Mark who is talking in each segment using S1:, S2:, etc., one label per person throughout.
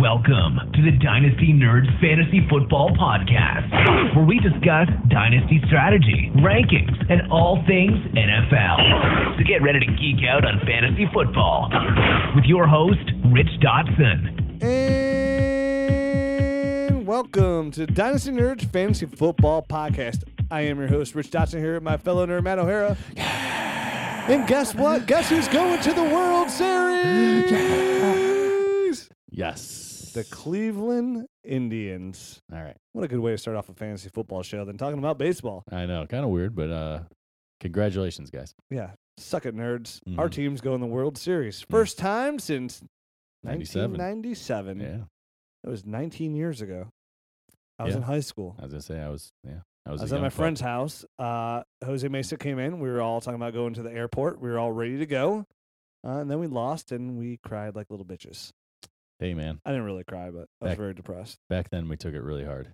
S1: Welcome to the Dynasty Nerds Fantasy Football Podcast, where we discuss dynasty strategy, rankings, and all things NFL. So get ready to geek out on fantasy football with your host, Rich Dotson.
S2: And welcome to Dynasty Nerds Fantasy Football Podcast. I am your host, Rich Dotson, here with my fellow nerd, Matt O'Hara. And guess what? Guess who's going to the World Series?
S3: Yes.
S2: The Cleveland Indians.
S3: All right.
S2: What a good way to start off a fantasy football show than talking about baseball.
S3: I know. Kind of weird, but uh congratulations, guys.
S2: Yeah. Suck it, nerds.
S3: Mhm.
S2: Our team's going to the World Series. First time since
S3: 97.
S2: 1997.
S3: Mm. Yeah.
S2: It was 19 years ago. I was
S3: Yeah.
S2: in high school.
S3: I was gonna say I was yeah. I was,
S2: I
S3: a
S2: was at
S3: young
S2: my
S3: pup.
S2: friend's house. Uh, Jose Mesa came in. We were all talking about going to the airport. We were all ready to go. Uh, and then we lost and we cried like little bitches.
S3: Hey man.
S2: I didn't really cry, but I was
S3: Back-
S2: very depressed.
S3: Back then we took it really hard.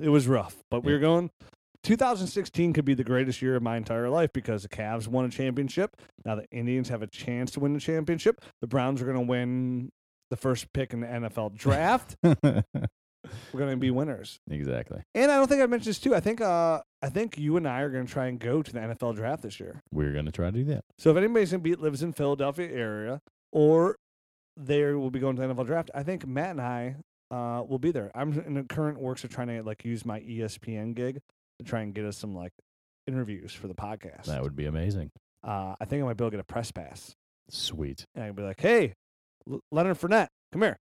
S2: It was rough, but we
S3: Yeah.
S2: were going. 2016 could be the greatest year of my entire life because the Cavs won a championship. Now the Indians have a chance to win the championship. The Browns are going to win the first pick in the NFL draft. we're going to be winners.
S3: exactly.
S2: And I don't think I mentioned this too. I think uh, I think you and I are going to try and go to the NFL draft this year.
S3: We're gonna try to do that.
S2: So if anybody's in beat lives in Philadelphia area or they will be going to the NFL draft, I think Matt and I uh, will be there. I'm in the current works of trying to like use my E ESPN gig to try and get us some like interviews for the podcast.
S3: That would be amazing.
S2: uh, I think I might be able to get a press pass
S3: Sweet.
S2: and I can be like, "Hey, L- Leonard Fournette, come here,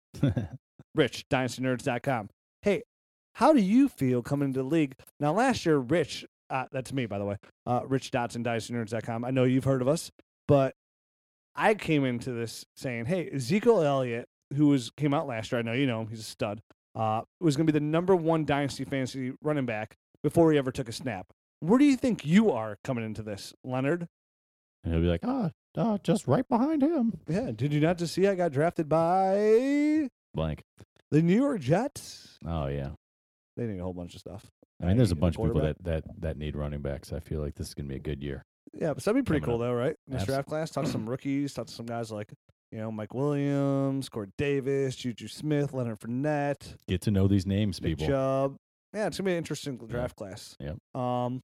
S2: Rich DynastyNerds.com. Hey, how do you feel coming into the league now? Last year, Rich, uh, that's me by the way, uh, Rich Dotson DynastyNerds.com. I know you've heard of us, but I came into this saying, "Hey, Ezekiel Elliott, who was came out last year. I know you know him. He's a stud. Uh, was going to be the number one dynasty fantasy running back before he ever took a snap. Where do you think you are coming into this, Leonard?
S3: And he'll be like, ah, ah, just right behind him.
S2: Yeah, did you not just see I got drafted by
S3: Blank.
S2: the New York Jets?
S3: Oh yeah.
S2: They need a whole bunch of stuff.
S3: I mean, there's a
S2: need a
S3: bunch of people
S2: quarterback.
S3: that, that, that need running backs. I feel like this is gonna be a good year.
S2: Yeah, but that'd be pretty
S3: coming
S2: cool though, right? In this
S3: Abs-
S2: draft class, talk to some rookies, talk to some guys like, you know, Mike Williams, Corey Davis, Juju Smith, Leonard Fournette,
S3: Get to know these names,
S2: Nick
S3: people.
S2: Chubb. Yeah, it's gonna be an interesting draft class.
S3: Yep.
S2: Um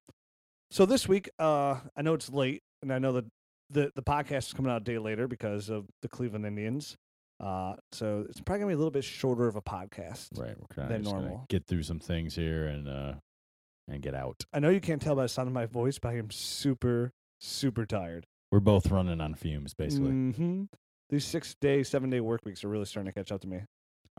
S2: so this week, uh, I know it's late and I know that the, the podcast is coming out a day later because of the Cleveland Indians. Uh so it's probably gonna be a little bit shorter of a podcast.
S3: Right. We're kind
S2: than
S3: of just gonna
S2: normal.
S3: get through some things here and uh and get out.
S2: I know you can't tell by the sound of my voice, but I am super, super tired.
S3: We're both running on fumes, basically.
S2: hmm These six day, seven day work weeks are really starting to catch up to me.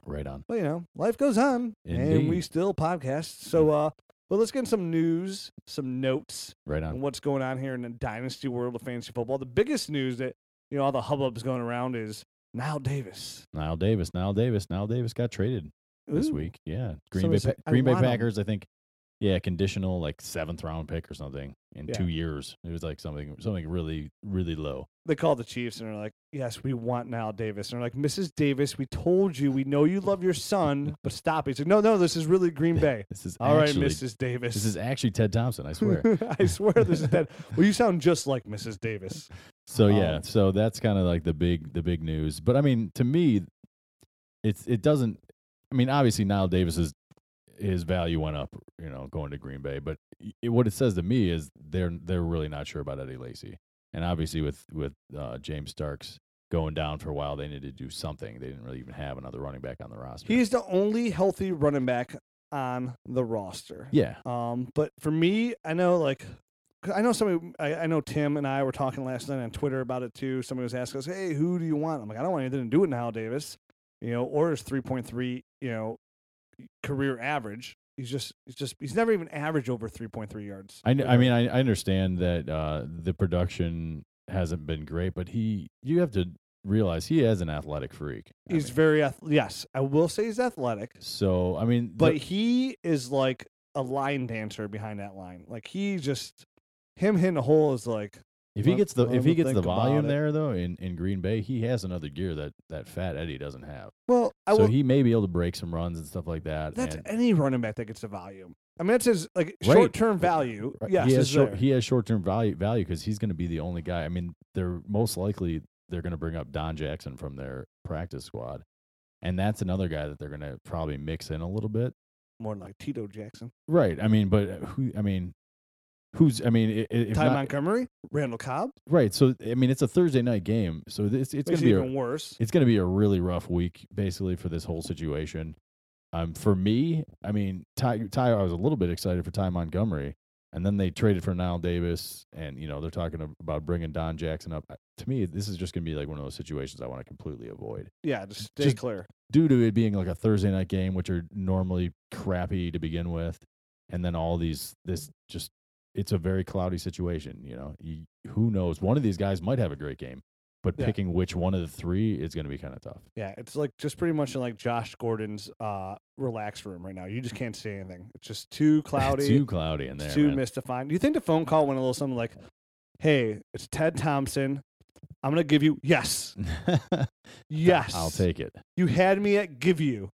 S3: Right on.
S2: But you know, life goes on, and we
S3: Indeed.
S2: still podcast. So, uh, well, let's get in some news, some notes,
S3: Right
S2: on
S3: on.
S2: what's going on here in the dynasty world of fantasy football. The biggest news that you know all the hubbub's going around is Nile Davis
S3: Nile Davis. Nile Davis. Nile Davis got traded this
S2: Ooh,
S3: week. Yeah. Green
S2: Somebody
S3: Bay.
S2: said,
S3: Pa-
S2: "I
S3: Green Bay
S2: want 'em."
S3: Packers. I think. Yeah, conditional like seventh round pick or something in
S2: Yeah.
S3: two years. It was like something something really really low.
S2: They called the Chiefs and they're like, "Yes, we want Nile Davis." And they're like, "Mrs. Davis, we told you, we know you love your son, but stop." He's like, "No, no, this is really Green Bay."
S3: This is
S2: All right, Hmm.
S3: actually,
S2: Mrs. Davis.
S3: This is actually Ted Thompson. I swear.
S2: I swear this is that. Well, you sound just like Mrs. Davis.
S3: So yeah,
S2: Um,
S3: so that's kind of like the big the big news. But I mean, to me, it's it doesn't. I mean, obviously Nile Davis's his value went up, you know, going to Green Bay. But y- it, what it says to me is they're they're really not sure about Eddie Lacy, and obviously with with uh, James Starks going down for a while, they needed to do something. They didn't really even have another running back on the roster.
S2: He's the only healthy running back on the roster.
S3: yeah,
S2: Um, but for me, I know like 'cause I know somebody. I, I know Tim and I were talking last night on Twitter about it too. Somebody was asking us, "Hey, who do you want?" I'm like, "I don't want anything to do with Nile Davis, you know, or his 3.3, you know, career average. He's just, he's just, he's never even averaged over 3.3 yards.
S3: I, kn-
S2: per
S3: I
S2: game.
S3: mean, I, I understand that uh, the production hasn't been great, but he you have to realize he is an athletic freak. I
S2: he's
S3: mean,
S2: very ath- yes, I will say he's athletic.
S3: so I mean, the-
S2: but he is like a line dancer behind that line. Like he just him hitting a hole is like
S3: If he
S2: Let-
S3: gets the
S2: let
S3: if
S2: me
S3: he gets the
S2: think about
S3: volume
S2: it.
S3: there though in, in Green Bay, he has another gear that that Fat Eddie doesn't have.
S2: well, I
S3: so
S2: will.
S3: he may be able to break some runs and stuff like that.
S2: that's
S3: and-
S2: any running back that gets the volume. I mean, that's his like
S3: Right.
S2: short term value.
S3: right,
S2: Yes,
S3: he has
S2: is
S3: short,
S2: there.
S3: he has short term value value because he's going to be the only guy. I mean, they're most likely they're going to bring up Don Jackson from their practice squad, and that's another guy that they're going to probably mix in a little bit.
S2: More like Tito Jackson.
S3: Right. I mean, but who? I mean, who's? I mean, i- i- if
S2: Ty
S3: not-
S2: Montgomery, Randall Cobb.
S3: right. So I mean, it's a Thursday night game, so it's
S2: Makes
S3: it's going
S2: it
S3: to be
S2: even
S3: a,
S2: worse.
S3: it's going to be a really rough week, basically, for this whole situation. Um, for me, I mean, Ty, Ty, I was a little bit excited for Ty Montgomery, and then they traded for Niall Davis, and you know they're talking ab- about bringing Don Jackson up. I- To me, this is just going to be like one of those situations I want to completely avoid
S2: Yeah, just stay
S3: Just-
S2: clear.
S3: due to it being like a Thursday night game, which are normally crappy to begin with, and then all these this just it's a very cloudy situation. You know, you, who knows? One of these guys might have a great game, but
S2: Yeah.
S3: picking which one of the three is going to be kind of tough.
S2: Yeah, it's like just pretty much in like Josh Gordon's uh relax room right now. You just can't see anything. It's just too cloudy.
S3: too cloudy in there.
S2: It's too
S3: man.
S2: mystifying. Do you think the phone call went a little something like, "Hey, it's Ted Thompson. I'm gonna give you yes, yes.
S3: I'll take it.
S2: You had me at give you.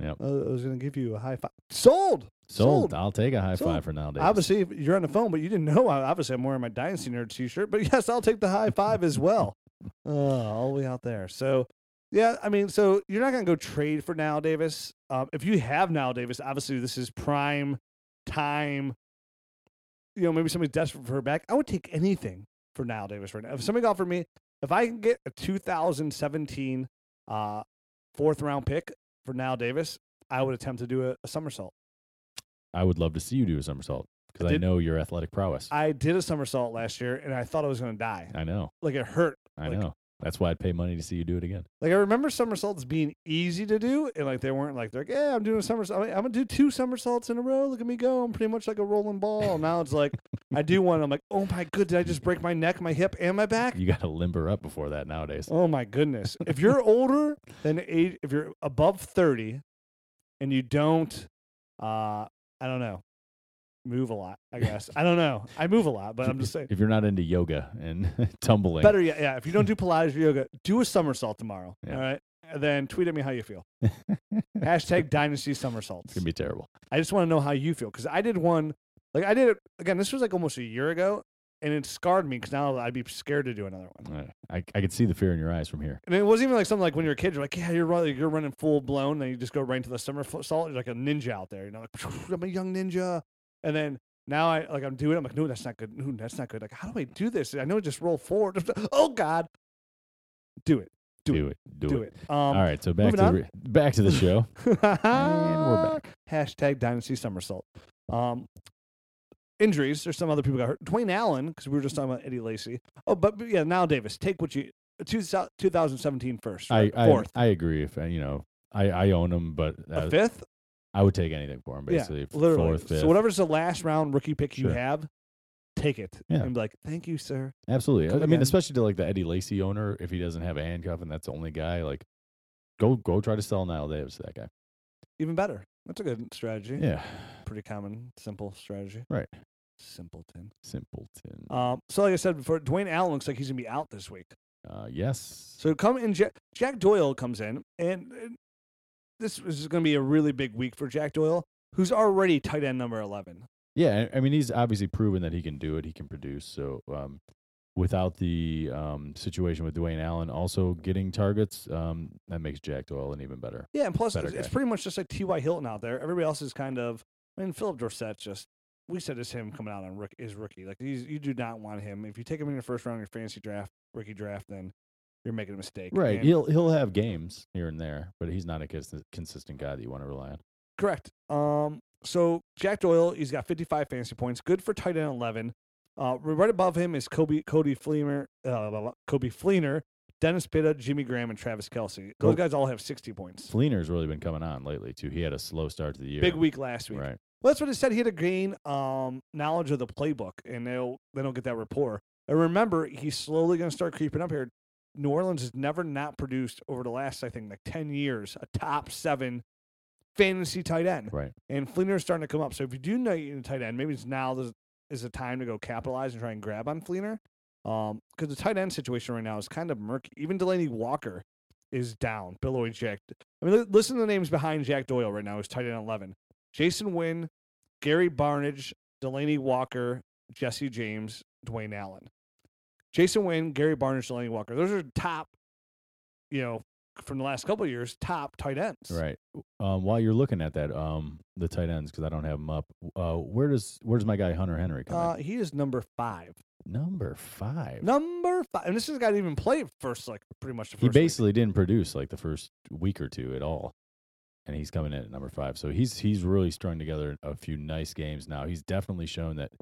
S3: Yep.
S2: Uh, I was gonna give you a high five. Sold.
S3: Sold.
S2: Sold.
S3: I'll take a high
S2: Sold.
S3: five for nowadays.
S2: Obviously, if you're on the phone, but you didn't know. I Obviously, I'm wearing my Dynasty Nerd T-shirt, but yes, I'll take the high five as well. uh, all the way out there. So, yeah, I mean, so you're not gonna go trade for now, Davis. Um, if you have now, Davis, obviously this is prime time. You know, maybe somebody's desperate for her back. I would take anything for now, Davis. Right now, if somebody offered me, if I can get a 2017 uh, fourth round pick for now, Davis, I would attempt to do a, a somersault.
S3: I would love to see you do a somersault because I,
S2: did-
S3: know your athletic prowess. I,
S2: I did a somersault last year and I thought I was going to die.
S3: know.
S2: Like it hurt.
S3: I
S2: Like-
S3: know. That's why I'd pay money to see you do it again.
S2: Like I remember somersaults being easy to do and like they weren't like, they're like, yeah, I'm doing a somersault. I'm going to do two somersaults in a row. Look at me go. I'm pretty much like a rolling ball. Now it's like, I do one. I'm like, oh my good. Did I just break my neck, my hip, and my back?
S3: You got to limber up before that nowadays.
S2: Oh my goodness. If you're older than age, if you're above 30 and you don't, uh, I don't know, move a lot, I guess. I don't know. I move a lot, but I'm just saying.
S3: If you're not into yoga and tumbling,
S2: Better yet, yeah. If you don't do Pilates or yoga, do a somersault tomorrow.
S3: Yeah.
S2: All right. And then tweet at me how you feel. Hashtag dynasty
S3: it's
S2: somersaults.
S3: going to be terrible.
S2: I just want to know how you feel because I did one, like I did it again. This was like almost a year ago, and it scarred me because now I'd be scared to do another one.
S3: Uh, I, I could see the fear in your eyes from here.
S2: And it wasn't even like something like when you're a kid, you're like, yeah, you're running, you're running full blown, then you just go right into the somersault. You're like a ninja out there, you know, like I'm a young ninja. And then now I like I'm doing, it, I'm like, no, that's not good. No, that's not good. Like, how do I do this? I know just roll forward. Oh God, do it, Do
S3: Do,
S2: it.
S3: it. Do,
S2: do
S3: it.
S2: it. Um,
S3: All right. So back
S2: moving
S3: to the,
S2: on.
S3: re- back to the show. we're back.
S2: Hashtag Dynasty Somersault. Um, injuries. There's some other people got hurt. Dwayne Allen, because we were just talking about Eddie Lacy. Oh, but, but yeah, now Davis, take what you. Two, 2017 first.
S3: I,
S2: right?
S3: I,
S2: Fourth.
S3: I agree. If uh, you know, I, I own him, but
S2: a
S3: uh,
S2: fifth?
S3: I would take anything for him. Basically,
S2: yeah,
S3: F-
S2: literally.
S3: fourth, fifth.
S2: So whatever's the last round rookie pick you
S3: Sure.
S2: have, take it.
S3: Yeah.
S2: And be like, thank you, sir.
S3: Absolutely. I-
S2: Come
S3: I
S2: again.
S3: mean, especially to like the Eddie Lacy owner, if he doesn't have a handcuff and that's the only guy, like go go try to sell Niall Davis to that guy.
S2: Even better. That's a good strategy.
S3: Yeah.
S2: Pretty common, simple strategy.
S3: Right.
S2: Simpleton.
S3: Simpleton.
S2: Um, so like I said before, Dwayne Allen looks like he's gonna be out this week.
S3: Uh, yes.
S2: So come in, Jack, Jack Doyle comes in, and and this is going to be a really big week for Jack Doyle, who's already tight end number eleven.
S3: yeah, I I mean he's obviously proven that he can do it, he can produce. So um without the um situation with Dwayne Allen also getting targets, um that makes Jack Doyle an even better.
S2: Yeah, and plus
S3: Better
S2: it's, it's
S3: guy.
S2: pretty much just like T.Y. Hilton out there. Everybody else is kind of. I mean, Philip Dorset just. We said it's him coming out on rook, is rookie. Like he's, you do not want him. If you take him in your first round of your fantasy draft, rookie draft, then you're making a mistake.
S3: Right.
S2: And-
S3: He'll he'll have games here and there, but he's not a cons- consistent guy that you want to rely on.
S2: Correct. Um, so Jack Doyle, he's got 55 fantasy points, good for tight end 11. Uh, right above him is Kobe Cody Fleener, uh, blah, blah, blah, Kobe Fleener, Dennis Pitta, Jimmy Graham, and Travis Kelsey. Those
S3: Kobe-
S2: guys all have 60 points.
S3: Fleener's really been coming on lately too. He had a slow start to the year.
S2: Big week last week.
S3: Right.
S2: Well, that's what it said. He had to gain um, knowledge of the playbook, and they'll they don't get that rapport. And remember, he's slowly going to start creeping up here. New Orleans has never not produced over the last, I think, like ten years, a top seven fantasy tight end.
S3: Right.
S2: And Fleener is starting to come up. So if you do know you need a tight end, maybe it's now the- is the time to go capitalize and try and grab on Fleener. Because the tight end situation right now is kind of murky. Even Delaney Walker is down. Billowy Jack. I mean, li- listen to the names behind Jack Doyle right now. He's tight end 11. Jason Wynn, Gary Barnage, Delaney Walker, Jesse James, Dwayne Allen. Jason Wynn, Gary Barnage, Delaney Walker. Those are top, you know, from the last couple of years top tight ends.
S3: Right. Um, while you're looking at that, um, the tight ends because I don't have them up. Uh, where does where's my guy Hunter Henry come
S2: Uh, he is number five.
S3: in? Number five.
S2: Number five, and this is a guy that even played first, like pretty much the first.
S3: he
S2: week.
S3: basically didn't produce like the first week or two at all, and he's coming in at number five. So he's he's really strung together a few nice games now. He's definitely shown that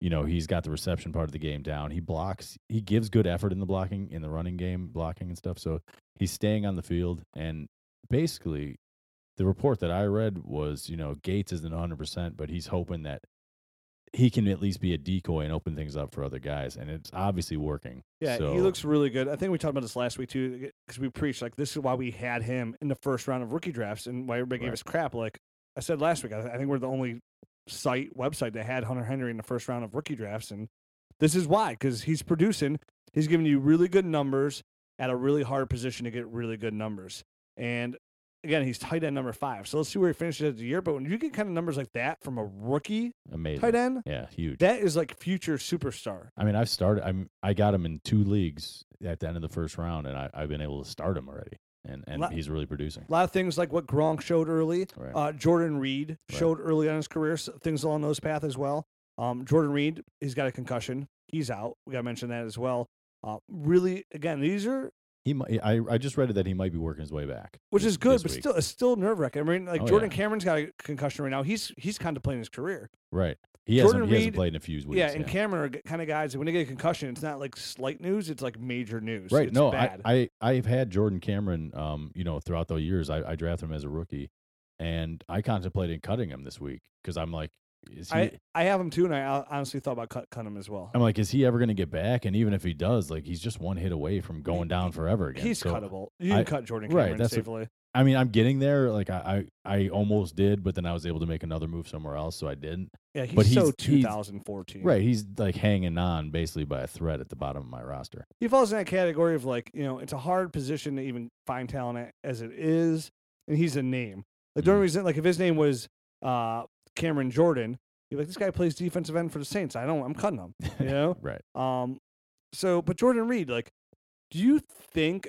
S3: you know he's got the reception part of the game down. He blocks. He gives good effort in the blocking in the running game, blocking and stuff. So he's staying on the field and basically. The report that I read was, you know, Gates isn't 100%, but he's hoping that he can at least be a decoy and open things up for other guys. And it's obviously working.
S2: Yeah,
S3: so,
S2: he looks really good. I think we talked about this last week too, because we preached like this is why we had him in the first round of rookie drafts and why everybody gave
S3: Right.
S2: us crap. Like I said last week, I, I think we're the only site website that had Hunter Henry in the first round of rookie drafts, and this is why because he's producing. He's giving you really good numbers at a really hard position to get really good numbers. And again, he's tight end number five. So let's see where he finishes at the year. But when you get kind of numbers like that from a rookie
S3: amazing.
S2: tight end,
S3: Yeah, huge.
S2: that is like future superstar.
S3: I mean, I've started. I'm. I got him in two leagues at the end of the first round, and I, I've been able to start him already. And and
S2: La-
S3: he's really producing.
S2: A lot of things like what Gronk showed early,
S3: Right.
S2: uh, Jordan Reed
S3: Right.
S2: showed early on his career s- things along those path as well. Um, Jordan Reed, he's got a concussion, he's out. We got to mention that as well. Uh, really, again, these are
S3: he. Might, I. I just read it that he might be working his way back,
S2: which
S3: this-
S2: is good,
S3: this
S2: but
S3: week.
S2: still, it's still nerve wracking. I mean, like
S3: Oh,
S2: Jordan
S3: yeah.
S2: Cameron's got a concussion right now. He's he's contemplating his career.
S3: right. He
S2: Jordan
S3: hasn't. He
S2: Reed-
S3: hasn't played in a few weeks.
S2: yeah, and Cameron are g- kind of guys that when they get a concussion, it's not like slight news; it's like major news.
S3: right.
S2: It's
S3: no,
S2: bad.
S3: I, I. I've had Jordan Cameron. Um, you know, throughout the years, I, I drafted him as a rookie, and I contemplated cutting him this week because I'm like, is he?
S2: I, I have him too, and I hon- honestly thought about cut, cut him as well.
S3: I'm like, is he ever going to get back? And even if he does, like, he's just one hit away from going down forever again.
S2: He's
S3: So-
S2: cuttable. You can
S3: I-
S2: cut Jordan
S3: right,
S2: Cameron
S3: that's what-
S2: safely.
S3: I mean, I'm getting there. Like I, I, I almost did, but then I was able to make another move somewhere else, so I didn't.
S2: yeah, he's
S3: but
S2: so
S3: he's- he's-
S2: 2014.
S3: Right? He's like hanging on basically by a thread at the bottom of my roster.
S2: he falls in that category of like you know it's a hard position to even find talent at as it is and he's a name like the only
S3: Mhm.
S2: reason like if his name was uh cameron jordan you're like this guy plays defensive end for the saints i don't i'm cutting him you know
S3: Right?
S2: um so but jordan reed like do you think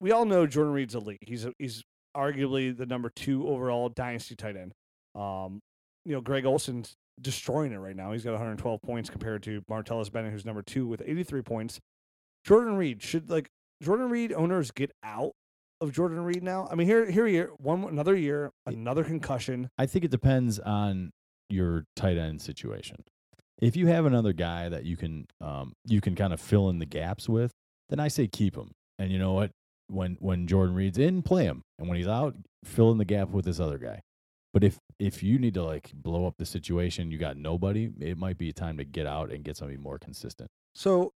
S2: we all know jordan reed's elite he's a, he's arguably the number two overall dynasty tight end um you know greg olson's destroying it right now he's got 112 points compared to martellus bennett who's number two with 83 points Jordan Reed should like Jordan Reed owners get out of Jordan Reed now. I mean, here here year one more- another year another concussion.
S3: I think it depends on your tight end situation. If you have another guy that you can, um, you can kind of fill in the gaps with, then I say keep him. And you know what? When when Jordan Reed's in, play him, and when he's out, fill in the gap with this other guy. But if if you need to like blow up the situation, you got nobody. It might be time to get out and get somebody more consistent.
S2: So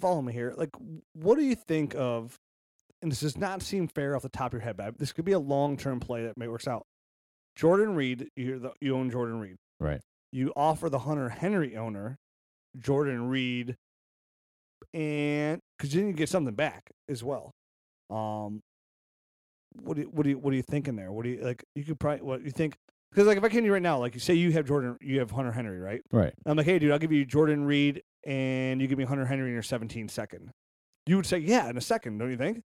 S2: follow me here. Like, what do you think of? And this does not seem fair off the top of your head, but this could be a long term play that may works out. Jordan Reed, you're the, you own Jordan Reed,
S3: Right.
S2: You offer the Hunter Henry owner Jordan Reed, and because then you get something back as well. Um, what do you, what do you what are you thinking there? What do you like? You could probably what you think because like if I came to you right now, like you say you have Jordan, you have Hunter Henry, right?
S3: Right.
S2: I'm like, hey, dude, I'll give you Jordan Reed and you give me Hunter Henry in your 17 second. You would say, yeah, in a second, don't you think?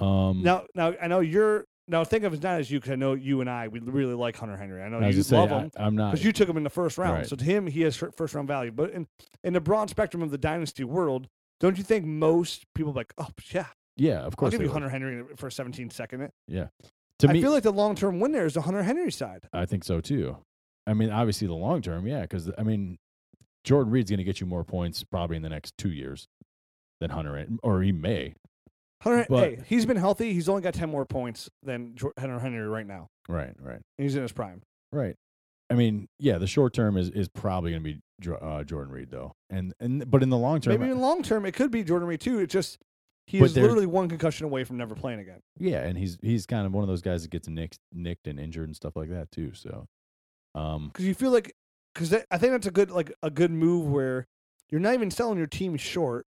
S3: Um,
S2: Now, now I know you're now think of it not as you because I know you and I we really like Hunter Henry. I know
S3: I was
S2: you
S3: just
S2: love
S3: saying,
S2: him
S3: I, am not.
S2: because you took him in the first round.
S3: Right.
S2: So to him, he has fir- first round value. But in in the broad spectrum of the dynasty world, don't you think most people like, oh yeah,
S3: yeah, of
S2: I'll
S3: course.
S2: give
S3: they
S2: you
S3: would.
S2: Hunter Henry for 17 second.
S3: To
S2: I
S3: me,
S2: feel like the long term win there is the Hunter Henry side.
S3: I think so too. I mean, obviously the long term, yeah, because I mean, Jordan Reed's going to get you more points probably in the next two years than Hunter, An- or he may.
S2: Hunter,
S3: But-
S2: hey, he's been healthy. He's only got 10 more points than Jor- Hunter Henry right now.
S3: Right. Right.
S2: And he's in his prime.
S3: Right. I mean, yeah, the short term is is probably going to be Jor- uh, Jordan Reed though, and and but in the long term,
S2: Maybe in long term, it could be Jordan Reed too. It's just he
S3: But
S2: is
S3: there's-
S2: literally one concussion away from never playing again.
S3: Yeah, and he's he's kind of one of those guys that gets nicked, nicked and injured and stuff like that too. So, um,
S2: Because you feel like, because I think that's a good like a good move where you're not even selling your team short.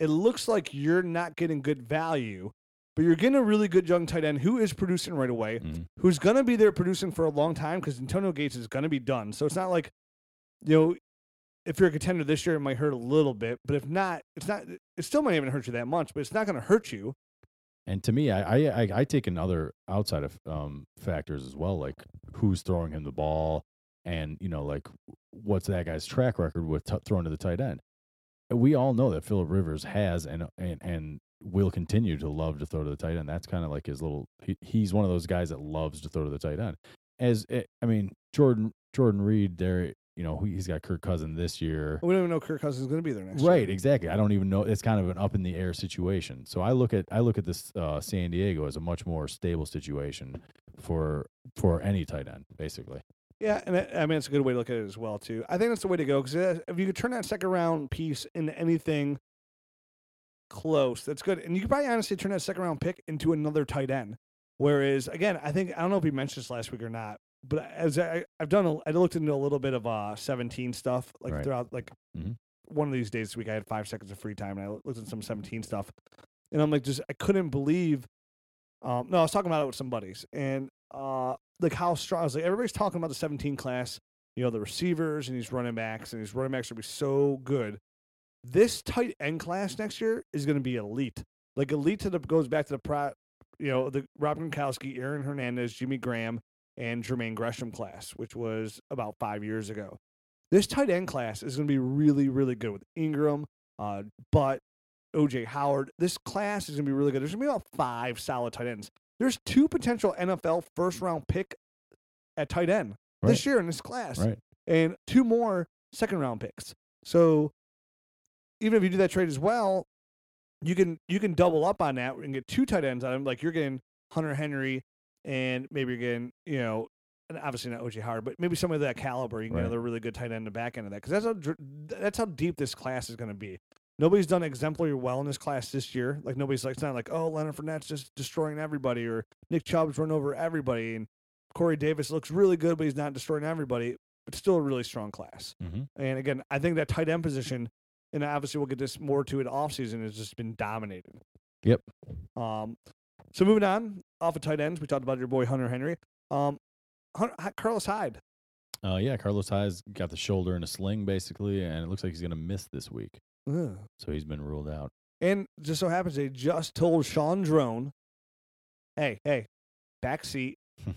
S2: It looks like you're not getting good value, but you're getting a really good young tight end who is producing right away,
S3: mhm.
S2: who's gonna be there producing for a long time because Antonio Gates is gonna be done. So it's not like, you know, if you're a contender this year, it might hurt a little bit, but if not, it's not. It still might even hurt you that much, but it's not going to hurt you.
S3: And to me, I, I I- I take another outside of um, factors as well, like who's throwing him the ball, and you know, like what's that guy's track record with t- throwing to the tight end. And We all know that Philip Rivers has and and and will continue to love to throw to the tight end. That's kind of like his little. He, he's one of those guys that loves to throw to the tight end. As eh, I mean, Jordan Jordan Reed, there, you know, he's got Kirk Cousin this year.
S2: We don't even know Kirk Cousins is going to be there next year.
S3: Right, exactly. I don't even know. It's kind of an up in the air situation. So I look at I look at this uh, San Diego as a much more stable situation for for any tight end, basically.
S2: Yeah, and I I mean it's a good way to look at it as well too. I think that's the way to go because if you could turn that second round piece into anything close, that's good. And you could probably honestly turn that second round pick into another tight end. Whereas again, I think I don't know if we mentioned this last week or not, but as I, I've done, a, I looked into a little bit of uh seventeen stuff like
S3: Right.
S2: throughout like
S3: Mhm.
S2: one of these days this week I had five seconds of free time and I looked at some seventeen stuff, and I'm like just I couldn't believe um, no, I was talking about it with some buddies, and uh, like how strong. I was like, everybody's talking about the 17 class, you know, the receivers and these running backs, and these running backs are gonna be so good. This tight end class next year is going to be elite, like elite to the goes back to the pro, you know, the Rob Gronkowski, Aaron Hernandez, Jimmy Graham, and Jermaine Gresham class, which was about five years ago. This tight end class is going to be really, really good with Ingram, uh, but OJ Howard. This class is going to be really good. There's going to be about five solid tight ends. There's two potential NFL first round pick at tight end this
S3: Right.
S2: year in this class,
S3: Right.
S2: and two more second round picks. So even if you do that trade as well, you can you can double up on that and get two tight ends out of him. Like you're getting Hunter Henry and maybe you're getting you know. And obviously not OJ Howard, but maybe somebody of that caliber, you can
S3: Right.
S2: get another really good tight end in the back end of that because that's how dr- that's how deep this class is going to be. Nobody's done exemplary well in this class this year. Like nobody's like it's not like oh Leonard Fournette's just destroying everybody or Nick Chubb's run over everybody and Corey Davis looks really good but he's not destroying everybody. But still a really strong class.
S3: Mhm.
S2: And again, I think that tight end position, and obviously we'll get this more to it offseason, has just been dominated.
S3: Yep.
S2: Um, so moving on off of tight ends, we talked about your boy Hunter Henry. Um, Hun- H- Carlos Hyde.
S3: Uh, yeah, Carlos Hyde's got the shoulder in a sling, basically, and it looks like he's going to miss this week. So he's been ruled out.
S2: And just so happens they just told Sean Drone, hey, hey, backseat.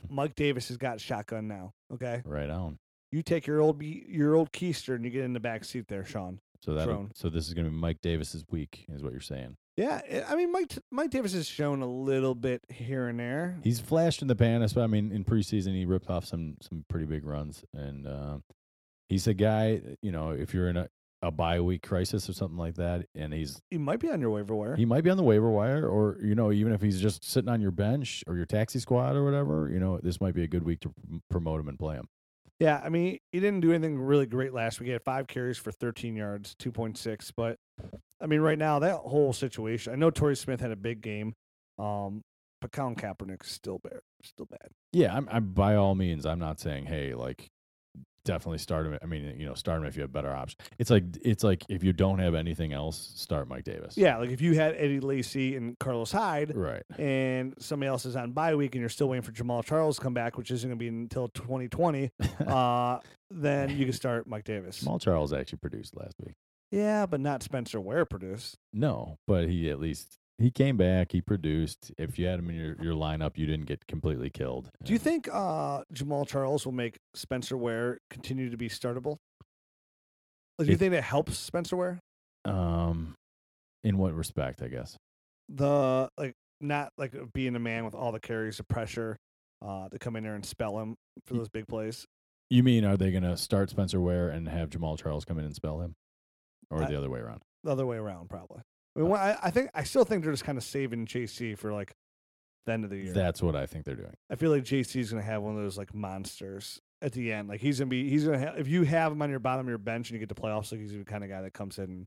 S2: Mike Davis has got a shotgun now. Okay.
S3: Right on.
S2: You take your old be- your old keister and you get in the back seat there, Sean.
S3: So that
S2: Drone.
S3: so this is going to be Mike Davis's week, is what you're saying.
S2: Yeah, eh, I- I mean Mike Mike Davis has shown a little bit here and there.
S3: He's flashed in the pan. That's why, I mean, in preseason, he ripped off some some pretty big runs, and uh, he's a guy. that, You know, if you're in a a bye week crisis or something like that, and he's
S2: He might be on your waiver wire.
S3: he might be on the waiver wire, or you know, even if he's just sitting on your bench or your taxi squad or whatever, you know, this might be a good week to prom- promote him and play him.
S2: Yeah, I mean, he didn't do anything really great last week. He had five carries for 13 yards, 2.6. But I mean, right now that whole situation. I know Torrey Smith had a big game, um, but Colin Kaepernick is still bad. Still bad.
S3: Yeah, I'm, I'm by all means, I'm not saying hey, like definitely start him. I mean, you know, start him if you have better options. It's like it's like if you don't have anything else, start Mike Davis.
S2: Yeah, like if you had Eddie Lacy and Carlos Hyde,
S3: right.
S2: and somebody else is on bye week, and you're still waiting for Jamal Charles to come back, which isn't going to be until 2020, uh, then you can start Mike Davis.
S3: Small Charles actually produced last week.
S2: Yeah, but not Spencer Ware produced.
S3: No, but he at least he came back. He produced. If you had him in your, your lineup, you didn't get completely killed.
S2: Do you
S3: And
S2: think uh, Jamal Charles will make Spencer Ware continue to be startable? Like, do you
S3: If-
S2: think that helps Spencer Ware?
S3: Um, in what respect? I guess.
S2: The like not like being a man with all the carries of pressure uh, to come in there and spell him for
S3: Ye-
S2: those big plays.
S3: You mean are they going to start Spencer Ware and have Jamal Charles come in and spell him, or
S2: I-
S3: the other way around?
S2: The other way around, probably. I
S3: Uh
S2: mean, wh- I, I think I still think they're just kind of saving JC for like the end of the year.
S3: That's what I think they're doing.
S2: I feel like JC's gonna have one of those like monsters at the end. Like he's gonna be he's gonna have if you have him on your bottom of your bench and you get to playoffs, like he's the kind of guy that comes in and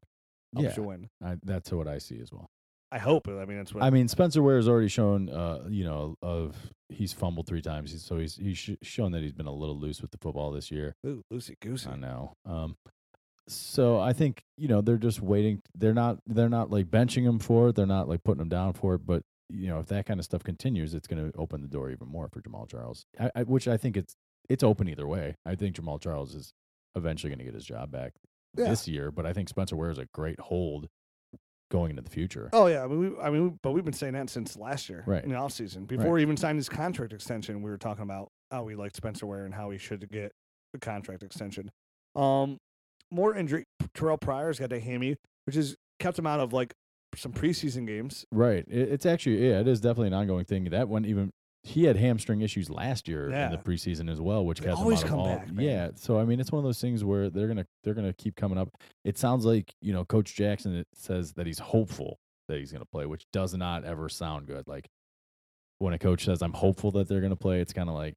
S2: helps
S3: Yeah.
S2: you win.
S3: I, that's what I see as well.
S2: I hope. I mean, that's what
S3: I mean, Spencer Ware has already shown, uh, you know, of he's fumbled three times, he's- so he's he's sh- shown that he's been a little loose with the football this year.
S2: Ooh, Lucy Goosey.
S3: I know. Um, so I think you know they're just waiting. They're not. They're not like benching him for it. They're not like putting him down for it. But you know, if that kind of stuff continues, it's going to open the door even more for Jamal Charles. I, I, which I think it's it's open either way. I think Jamal Charles is eventually going to get his job back.
S2: Yeah.
S3: this year, but I think Spencer Ware is a great hold going into the future.
S2: Oh yeah, I mean, we, I mean, we- but we've been saying that since last year,
S3: Right.
S2: In the offseason. before he even signed his contract extension, we were talking about how we liked Spencer Ware and how he should get a contract extension. Um, more injury. Terrell Pryor's got a hammy, which has kept him out of like some preseason games.
S3: Right. It, it's actually yeah, it is definitely an ongoing thing. That one even he had hamstring issues last year in
S2: Yeah.
S3: the preseason as well, which
S2: They
S3: kept him
S2: always
S3: out of
S2: come
S3: all-
S2: back, man.
S3: Yeah. So I mean, it's one of those things where they're gonna they're gonna keep coming up. It sounds like you know Coach Jackson it says that he's hopeful that he's gonna play, which does not ever sound good. Like when a coach says I'm hopeful that they're gonna play, it's kind of like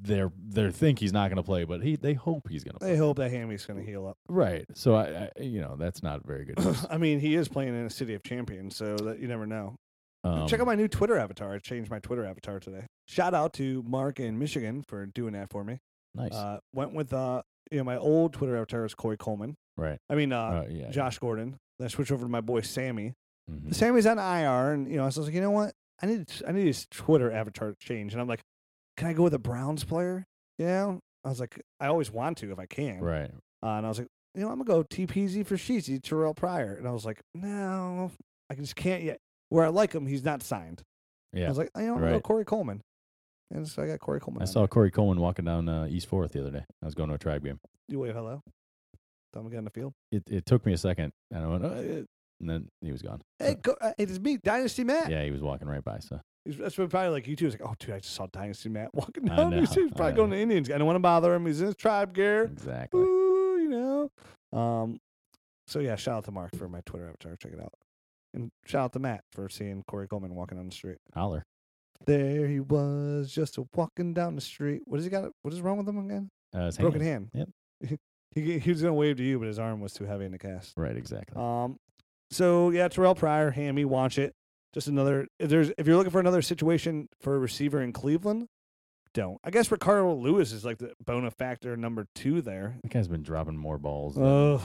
S3: they're they think he's not gonna play, but he they hope he's gonna play.
S2: They hope that hammy's going to heal up.
S3: Right. So I, I you know that's not very good. news.
S2: I mean, he is playing in a city of champions, so that you never know.
S3: Um,
S2: Check out my new Twitter avatar. I changed my Twitter avatar today. Shout out to Mark in Michigan for doing that for me.
S3: nice.
S2: Uh, went with uh, you know, my old Twitter avatar is Corey Coleman.
S3: right.
S2: I mean, uh,
S3: Uh, yeah.
S2: Josh Gordon. Then I switched over to my boy Sammy.
S3: mhm.
S2: Sammy's on IR, and you know, so I was like, you know what? I need I need his Twitter avatar change, and I'm like, can I go with a Browns player? You know, I was like, I always want to if I can.
S3: Right.
S2: Uh, and I was like, you know, I'm gonna go TPZ for Sheezy, Terrell Pryor, and I was like, no, I just can't yet. Where I like him, he's not signed. I
S3: Yeah.
S2: was like, you know, I'm gonna go
S3: Right.
S2: Corey Coleman, and so I got Corey Coleman.
S3: I
S2: on
S3: saw Corey Coleman walking down uh, East Fourth the other day. I was going to a tribe game.
S2: there. you wave hello. Tell him to get in the field.
S3: It it took me a second, and I went, "Uh, uh," and then he was gone. So,
S2: Hey, go, uh, it is me, Dynasty Matt.
S3: yeah, he was walking right by. So
S2: He's, that's what probably like you too. It's like, oh, dude, I just saw Dynasty Matt walking
S3: I
S2: down. He's
S3: know,
S2: he's
S3: I
S2: probably
S3: know. Mm,
S2: going to Indians. I don't want to bother him. He's in his tribe gear.
S3: exactly.
S2: Ooh, you know. Um, so yeah, shout out to Mark for my Twitter avatar. Check it out, and shout out to Matt for seeing Corey Coleman walking down the street.
S3: Holler.
S2: There he was, just a walking down the street. What has he got? What is wrong with him again?
S3: Uh, his
S2: Broken
S3: hand.
S2: hand. Yep. he he was gonna wave to you, but his arm was too heavy in the cast.
S3: Right. Exactly.
S2: Um, so yeah, Terrell Pryor, Hammy, watch it. Just another. If there's if you're looking for another situation for a receiver in Cleveland, don't. I guess Ricardo Lewis is like the bona factor number two there.
S3: that guy's been dropping more balls than,
S2: Oh,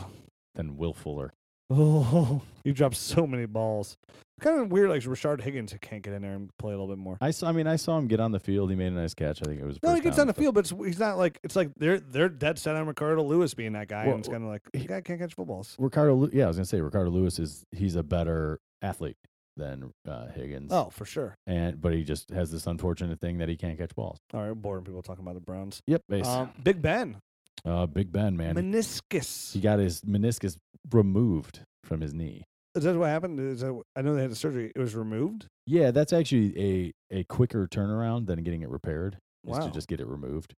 S3: than Will Fuller.
S2: oh, you dropped so many balls. Kind of weird, like Rashard Higgins can't get in there and play a little bit more.
S3: I saw. I mean, I saw him get on the field. He made a nice catch. I think it was.
S2: No, he
S3: first
S2: gets
S3: down,
S2: on the
S3: but-
S2: field, but it's, he's not like it's like they're they're dead set on Ricardo Lewis being that guy,
S3: Well,
S2: and it's kind of like the
S3: he-
S2: guy can't catch footballs.
S3: Ricardo. Lew- Yeah, I was gonna say Ricardo Lewis is he's a better athlete than uh, Higgins.
S2: Oh, for sure.
S3: And but he just has this unfortunate thing that he can't catch balls.
S2: All right, boring people talking about the Browns.
S3: Yep. Base.
S2: Um, Big Ben,
S3: uh, Big Ben, man.
S2: meniscus.
S3: He got his meniscus removed from his knee.
S2: Is that what happened? Is that, I know they had the surgery. It was removed.
S3: Yeah, that's actually a, a quicker turnaround than getting it repaired. Is
S2: Wow.
S3: to just get it removed.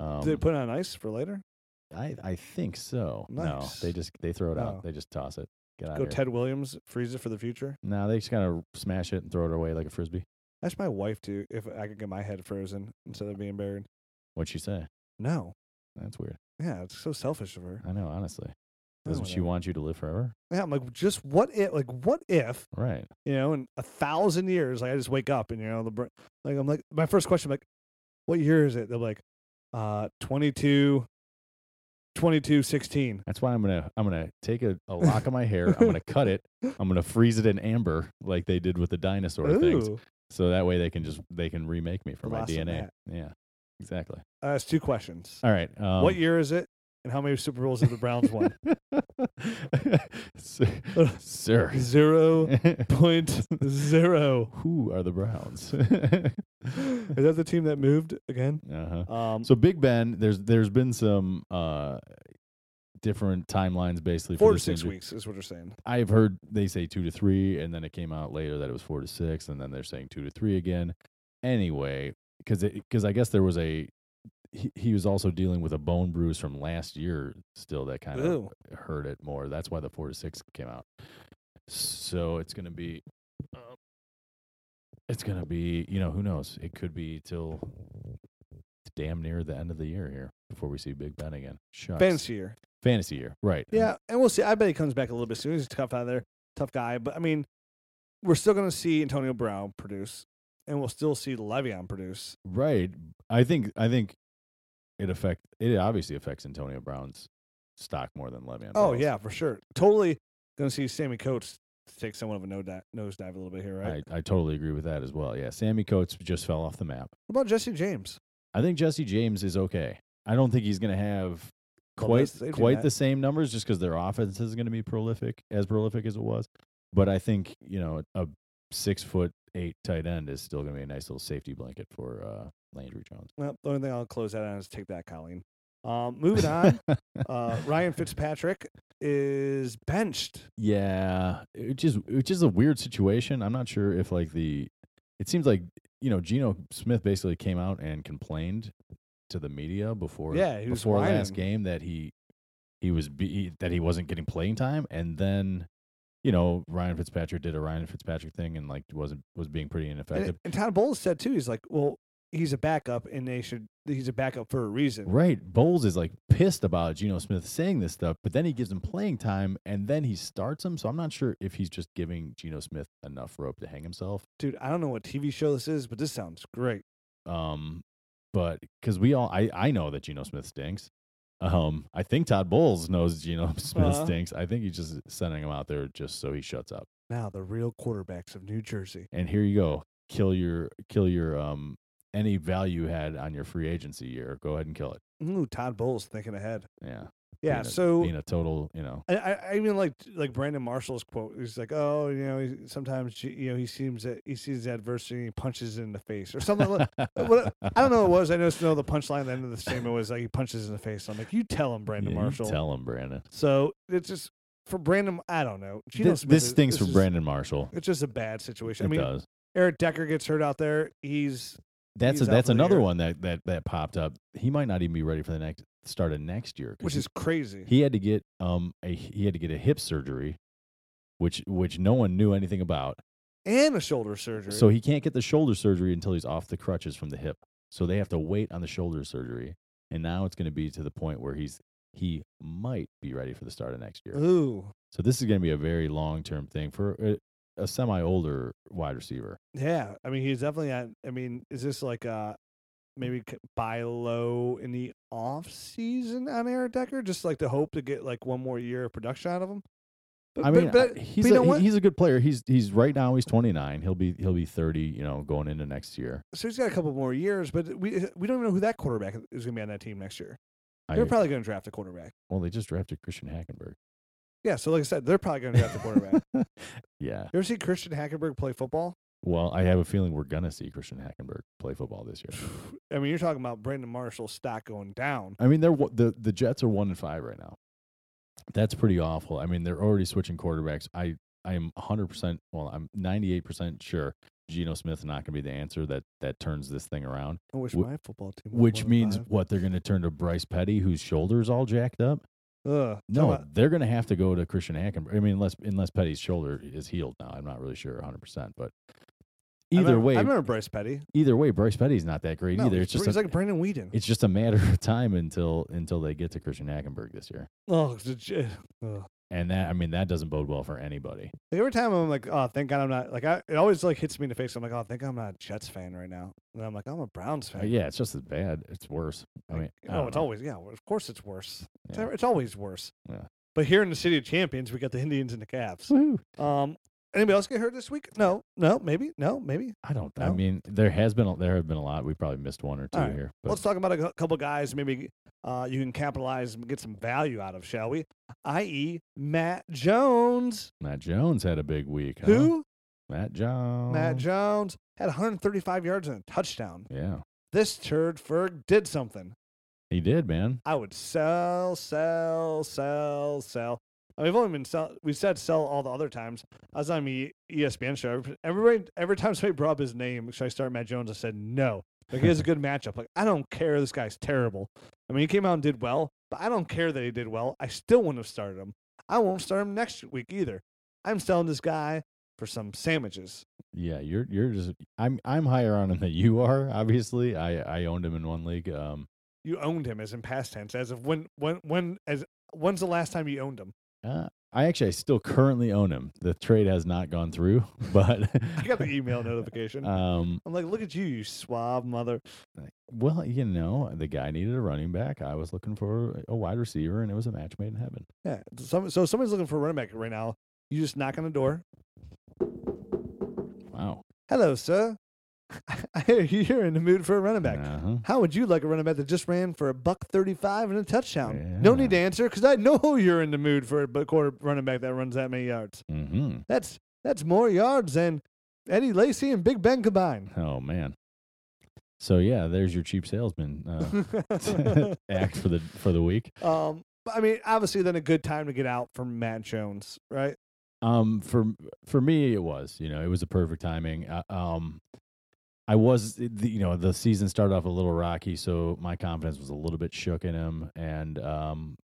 S3: Um,
S2: Did they put it on ice for later?
S3: I I think so. No,
S2: Nice.
S3: they just they throw it
S2: Oh.
S3: out. They just toss it. Get out
S2: Go
S3: of here.
S2: Ted Williams, freeze it for the future.
S3: no, they just kind of smash it and throw it away like a frisbee.
S2: That's my wife too. If I could get my head frozen instead of being buried.
S3: What'd she say?
S2: No.
S3: That's weird.
S2: Yeah, it's so selfish of her.
S3: I know, honestly.
S2: Oh,
S3: Uh, Doesn't she
S2: whatever.
S3: want you to live forever?
S2: Yeah, I'm like, just what if? Like, what if?
S3: Right.
S2: You know, in a thousand years, like I just wake up and you know the br- like I'm like my first question like, what year is it? They're like, uh, 22, 22, 16.
S3: That's why I'm gonna I'm gonna take a, a lock of my hair. I'm gonna cut it. I'm gonna freeze it in amber like they did with the dinosaur things.
S2: Ooh.
S3: So that way they can just they can remake me for my
S2: Lost in
S3: DNA. Yeah, exactly.
S2: I asked two questions.
S3: All right. Um,
S2: what year is it? And how many Super Bowls have the Browns won?
S3: Sir-
S2: Ugh.
S3: Sir.
S2: Zero point zero.
S3: Who are the Browns? uh
S2: Is that the team that moved again?
S3: huh.
S2: Um,
S3: Uh-huh. So Big Ben, there's there's been some uh different timelines basically.
S2: four
S3: for
S2: to
S3: this
S2: six
S3: injury.
S2: weeks is what you're saying.
S3: I've heard they say two to three, and then it came out later that it was four to six, and then they're saying two to three again. Anyway, because because I guess there was a he, he was also dealing with a bone bruise from last year still that kind of
S2: Ooh.
S3: hurt it more. That's why the four to six came out. So it's gonna be, um, it's gonna be you know who knows it could be till damn near the end of the year here before we see Big Ben again. Shucks.
S2: Fantasy year.
S3: fantasy year, right?
S2: Yeah, and we'll see. I bet he comes back a little bit soon. He's a tough out there, tough guy. But I mean, we're still going to see Antonio Brown produce, and we'll still see Le'Veon produce.
S3: Right. I think I think it affect it obviously affects Antonio Brown's stock more than Le'Veon.
S2: Oh
S3: Bell's.
S2: yeah, for sure. Totally going to see Sammy Coates take somewhat of a nose dive, nose dive a little bit here, right?
S3: I, I totally agree with that as well. Yeah, Sammy Coates just fell off the map.
S2: What about Jesse James?
S3: I think Jesse James is okay. I don't think he's going to have
S2: Well,
S3: quite
S2: that's- they do
S3: quite
S2: that.
S3: the same numbers just because their offense isn't going to be prolific as prolific as it was. But I think you know a six foot eight tight end is still going to be a nice little safety blanket for uh, Landry Jones.
S2: Well, the only thing I'll close that on is take that, Colleen. Um, moving on, uh, Ryan Fitzpatrick is benched.
S3: yeah, which is which is a weird situation. I'm not sure if like the it seems like you know Geno Smith basically came out and complained to the media before
S2: Yeah, he was
S3: before
S2: whining.
S3: last game that he he was be, that he wasn't getting playing time, and then you know Ryan Fitzpatrick did a Ryan Fitzpatrick thing and like wasn't was being pretty
S2: And,
S3: ineffective.
S2: and Todd Bowles said too, he's like, well, he's a backup, and they should. He's a backup for a reason.
S3: Right, Bowles is like pissed about Geno Smith saying this stuff, but then he gives him playing time, and then he starts him. So I'm not sure if he's just giving Geno Smith enough rope to hang himself.
S2: Dude, I don't know what TV show this is, but this sounds great.
S3: Um, but because we all, I, I know that Geno Smith stinks. Um, I think Todd Bowles knows Geno Smith
S2: Uh-huh.
S3: stinks. I think he's just sending him out there just so he shuts up.
S2: Now the real quarterbacks of New Jersey.
S3: And here you go, kill your, kill your, um, any value you had on your free agency year. Go ahead and kill it.
S2: Ooh, Todd Bowles thinking ahead.
S3: Yeah.
S2: Yeah.
S3: being a-
S2: so
S3: being a total, you know,
S2: I, I I even like like Brandon Marshall's quote. He's like, "Oh, you know, he, sometimes you you know he seems that he sees adversity, and he punches it in the face, or something." like uh, what- I don't know what it was. I just know the punchline at the end of the statement was like he punches in the face. I'm like, "You tell him, Brandon
S3: Yeah, you
S2: Marshall."
S3: tell him, Brandon.
S2: So it's just for Brandon. I don't know. Geno
S3: this
S2: Smith
S3: this
S2: is-
S3: stinks
S2: this
S3: for
S2: is-
S3: Brandon Marshall.
S2: It's just a bad situation.
S3: It
S2: I mean,
S3: does.
S2: Eric Decker gets hurt out there. He's
S3: That's
S2: he's
S3: a,
S2: out
S3: that's
S2: for the
S3: another
S2: year.
S3: one that, that that popped up. He might not even be ready for the next start of next year. 'cause
S2: which
S3: he-
S2: is crazy.
S3: he had to get um a he had to get a hip surgery which which no one knew anything about
S2: and a shoulder surgery.
S3: so he can't get the shoulder surgery until he's off the crutches from the hip so they have to wait on the shoulder surgery and now it's going to be to the point where he's he might be ready for the start of next year
S2: ooh,
S3: so this is going to be a very long term thing for a, a semi older wide receiver
S2: Yeah, I mean, he's definitely at. I mean, is this like uh maybe c- buy low in the off season on Eric Decker, just like to hope to get like one more year of production out of him? But,
S3: I
S2: but-
S3: mean,
S2: but,
S3: I-
S2: but
S3: he's
S2: you know
S3: a, he-
S2: what?
S3: he's a good player. He's he's right now he's 29. He'll be he'll be 30. You know, going into next year.
S2: so he's got a couple more years, but we we don't know who that quarterback is going to be on that team next year.
S3: I,
S2: They're probably going to draft a quarterback.
S3: well, they just drafted Christian Hackenberg.
S2: Yeah, so like I said, they're probably going to draft a quarterback. you
S3: yeah.
S2: ever see Christian Hackenberg play football?
S3: Well, I have a feeling we're gonna see Christian Hackenberg play football this year.
S2: I mean, you're talking about Brandon Marshall's stock going down.
S3: I mean, they're wa- the the Jets are one and five right now. That's pretty awful. I mean, they're already switching quarterbacks. I I'm 100 percent. Well, I'm 98 percent sure Geno Smith's not gonna be the answer that that turns this thing around.
S2: I wish
S3: Wh-
S2: my football team. was
S3: Which
S2: one of
S3: means
S2: five.
S3: what they're gonna turn to Bryce Petty, whose shoulders all jacked up.
S2: Ugh, talking
S3: No,
S2: about-
S3: they're going to have to go to Christian Hackenberg. I mean, unless unless Petty's shoulder is healed now, I'm not really sure 100. percent But
S2: I
S3: either
S2: remember-
S3: way,
S2: I remember Bryce Petty.
S3: either way, Bryce Petty's not that great
S2: No,
S3: either. It's just
S2: it's
S3: a,
S2: like Brandon Whedon.
S3: it's just a matter of time until until they get to Christian Hackenberg this year.
S2: oh, it's a j- ugh.
S3: And that I mean that doesn't bode well for anybody. Uh,
S2: Like, every time I'm like, oh, thank God I'm not like I, it always like hits me in the face. I'm like, oh, thank God I'm not a Jets fan right now. And I'm like, I'm a Browns
S3: Uh,
S2: fan.
S3: yeah, it's just as bad. It's worse. I
S2: Like,
S3: mean, I
S2: no,
S3: don't
S2: it's
S3: know.
S2: always yeah. well, Of course, it's worse. It's,
S3: Yeah.
S2: ever- it's always worse.
S3: Yeah.
S2: But here in the city of champions, we got the Indians and the Cavs.
S3: Woohoo.
S2: Um, anybody else get hurt this week? No, no, maybe, no, maybe.
S3: I don't. I
S2: No?
S3: mean, there has been a, there have been a lot. We probably missed one or two
S2: All right.
S3: here.
S2: Let's
S3: But
S2: talk about a cou- couple guys. Maybe uh, you can capitalize and get some value out of, shall we? I.e., Matt Jones,
S3: Matt Jones had a big week. huh?
S2: who
S3: Matt Jones.
S2: Matt Jones had 135 yards and a touchdown.
S3: Yeah,
S2: This turd Ferg did something.
S3: he did, man.
S2: I would sell, sell, sell, sell. I mean, we've only been sell. We said sell all the other times. I was on the E ESPN show. every- Everybody, every time somebody brought up his name, should I start Matt Jones? I said no. Like he has a good matchup. Like I don't care. This guy's terrible. I mean, he came out and did well, but I don't care that he did well. I still wouldn't have started him. I won't start him next week either. I'm selling this guy for some sandwiches.
S3: Yeah, you're you're just I'm I'm higher on him than you are. Obviously, I I owned him in one league. Um,
S2: you owned him as in past tense as of when when when as when's the last time you owned him
S3: uh, I actually I still currently own him. The trade has not gone through, but
S2: i got the email notification
S3: um,
S2: i'm like look at you you suave mother
S3: well, you know, the guy needed a running back. I was looking for a wide receiver, and it was a match made in heaven.
S2: yeah some, so somebody's looking for a running back right now you just knock on the door
S3: Wow.
S2: hello sir You're in the mood for a running back.
S3: Uh-huh.
S2: How would you like a running back that just ran for a buck 35 and a touchdown? No need to
S3: Yeah.
S2: answer because I know you're in the mood for a bu- quarter running back that runs that many yards.
S3: Mm-hmm.
S2: That's that's more yards than Eddie Lacy and Big Ben combined.
S3: Oh man. So yeah, there's your cheap salesman uh, act for the for the week.
S2: um, but I mean, obviously, then a good time to get out from Matt Jones, right?
S3: Um, for for me, it was you know it was the perfect timing. Uh, um, I was eh, the, you know the season started off a little rocky, so my confidence was a little bit shook in him. And um,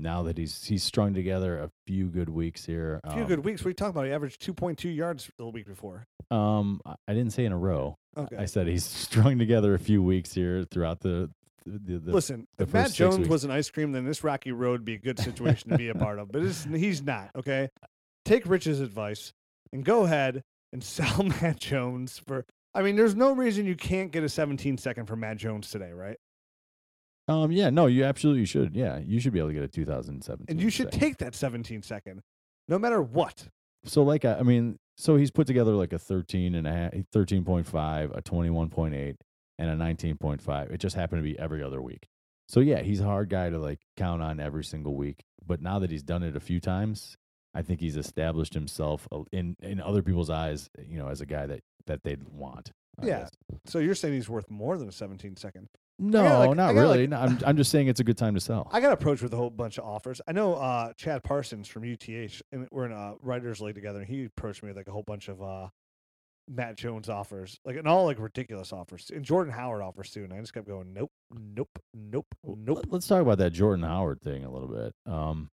S3: now that he's he's strung together a few good weeks here,
S2: A few
S3: um,
S2: good weeks. What are you talking about? He averaged 2.2 yards the week before.
S3: Um, I- I didn't say in a row.
S2: Okay.
S3: I said he's strung together a few weeks here throughout the the, the
S2: Listen,
S3: the
S2: if Matt
S3: first six
S2: Jones
S3: weeks.
S2: was an ice cream, then this rocky road would be a good situation to be a part of. But it's, he's not. Okay, take Rich's advice and go ahead and sell Matt Jones for. I mean, there's no reason you can't get a 17 second for Matt Jones today, right?
S3: Um, yeah, no, you absolutely should. Yeah, you should be able to get a 2017.
S2: And you should
S3: second.
S2: take that 17 second, no matter what.
S3: So, like, I, I mean, so he's put together like a 13 and a half, 13.5, a 21.8, and a 19.5. It just happened to be every other week. So, yeah, he's a hard guy to like count on every single week. But now that he's done it a few times, I think he's established himself uh, in in other people's eyes, you know, as a guy that that they'd want. I
S2: Yeah.
S3: guess.
S2: So you're saying he's worth more than a 17 second?
S3: No,
S2: like- I
S3: not
S2: got,
S3: really.
S2: like-
S3: no, I'm I'm just saying it's a good time to sell.
S2: I got approached with a whole bunch of offers. I know uh, Chad Parsons from UTH, and we're in a writers' league together. And he approached me with like a whole bunch of uh, Matt Jones offers, like and all like ridiculous offers, and Jordan Howard offers too. And I just kept going, nope, nope, nope, nope.
S3: Let- Let's talk about that Jordan Howard thing a little bit. Um,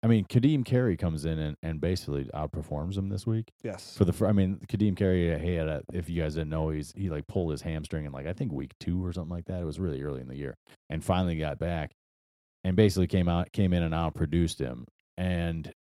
S3: I mean, Kadeem Carey comes in and, and basically outperforms him this week
S2: Yes,
S3: for the. fir- I mean, Kadeem Carey, he had a, if you guys didn't know, he's he like pulled his hamstring in like I think week two or something like that. It was really early in the year, and finally got back, and basically came out came in and out produced him. And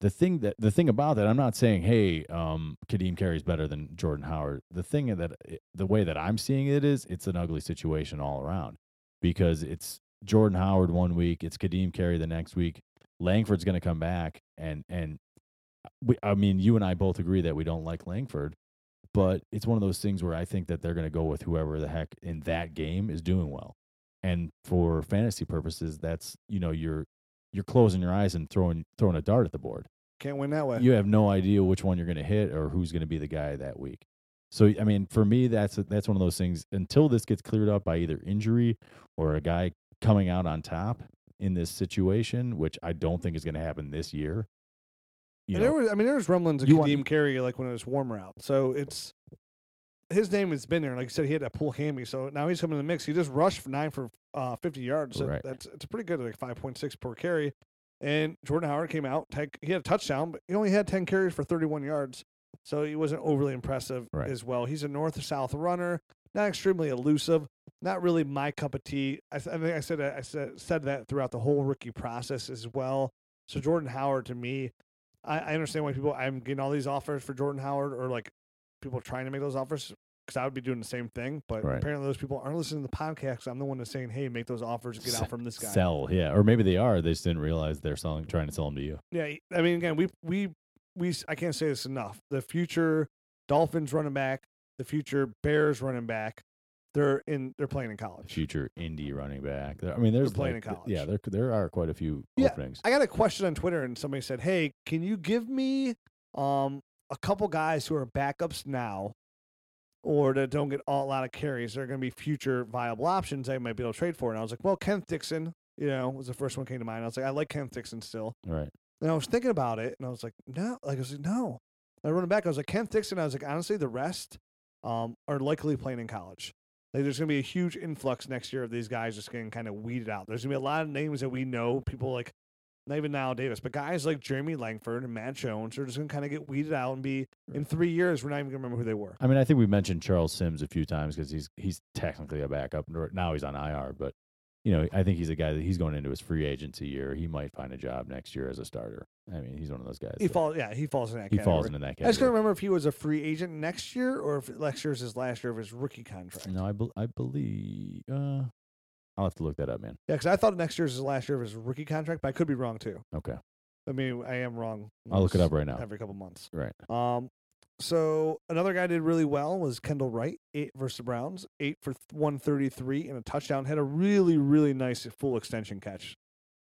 S3: the thing that the thing about that, I'm not saying hey, um, Kadeem Carey's better than Jordan Howard. The thing that eh, the way that I'm seeing it is, it's an ugly situation all around because it's Jordan Howard one week, it's Kadeem Carey the next week. Langford's going to come back, and and we, I mean, you and I both agree that we don't like Langford, but it's one of those things where I think that they're going to go with whoever the heck in that game is doing well. And for fantasy purposes, that's you know you're you're closing your eyes and throwing throwing a dart at the board
S2: can't win that way.
S3: you have no idea which one you're going to hit or who's going to be the guy that week. So I mean, for me, that's that's one of those things. Until this gets cleared up by either injury or a guy coming out on top in this situation, which I don't think is going to happen this year. You
S2: and
S3: know,
S2: there was, I mean, there was rumblings of
S3: you want-
S2: Kadeem Carey like when it was warmer out. So it's his name has been there. Like you said, he had that pull hammy. So now he's coming in the mix. He just rushed for nine for uh, 50 yards. So
S3: Right.
S2: That's it's pretty good, like 5.6 per carry. And Jordan Howard came out. tech- he had a touchdown, but he only had 10 carries for 31 yards. So he wasn't overly impressive
S3: Right.
S2: as well. He's a north south runner, not extremely elusive, not really my cup of tea. I, th- I think I said I said, said that throughout the whole rookie process as well. So Jordan Howard to me, I, I understand why people I'm getting all these offers for Jordan Howard or like people trying to make those offers because I would be doing the same thing. But
S3: Right.
S2: apparently those people aren't listening to the podcast. I'm the one that's saying, hey, make those offers, get out
S3: Se-
S2: from this guy.
S3: sell, yeah, or maybe they are. They just didn't realize they're selling, trying to sell them to you.
S2: Yeah, y- I mean, again, we we we s- I can't say this enough. The future Dolphins running back, the future Bears running back, they're in they're playing in college.
S3: Future indie running back. There- I mean, there's
S2: playing
S3: like,
S2: in
S3: th- Yeah,
S2: college.
S3: there there are quite a few
S2: Yeah,
S3: openings.
S2: I got a question on Twitter, and somebody said, "Hey, can you give me um a couple guys who are backups now, or that don't get all, a lot of carries? They're going to be future viable options. I might be able to trade for." And I was like, "Well, Kent Dixon, you know, was the first one came to mind. I was like, I like Kent Dixon still.
S3: right.
S2: And I was thinking about it, and I was like, no, like I was like, no. And I run it back. I was like, Ken Dixon. I was like, honestly, the rest um, are likely playing in college. Like, there's gonna be a huge influx next year of these guys just getting kind of weeded out. There's gonna be a lot of names that we know, people like not even Niall Davis, but guys like Jeremy Langford and Matt Jones are just gonna kind of get weeded out and be in three years. We're not even gonna remember who they were.
S3: I mean, I think we mentioned Charles Sims a few times because he's he's technically a backup. Nor- Now he's on IR, but you know, I think he's a guy that he's going into his free agency year. He might find a job next year as a starter. I mean, he's one of those guys.
S2: He
S3: that-
S2: falls, yeah, he falls in that.
S3: he
S2: category.
S3: falls into that
S2: I just can't
S3: category.
S2: remember if he was a free agent next year or if next year's his last year of his rookie contract.
S3: No, I, bel I believe. Uh, I'll have to look that up, man.
S2: Yeah, because I thought next year's his last year of his rookie contract, but I could be wrong too.
S3: Okay,
S2: I mean, I am wrong.
S3: I'll look it
S2: once
S3: up right now.
S2: Every couple months.
S3: Right.
S2: Um, So another guy did really well was Kendall Wright, eight versus the Browns, eight for th- 133 and a touchdown. Had a really, really nice full extension catch.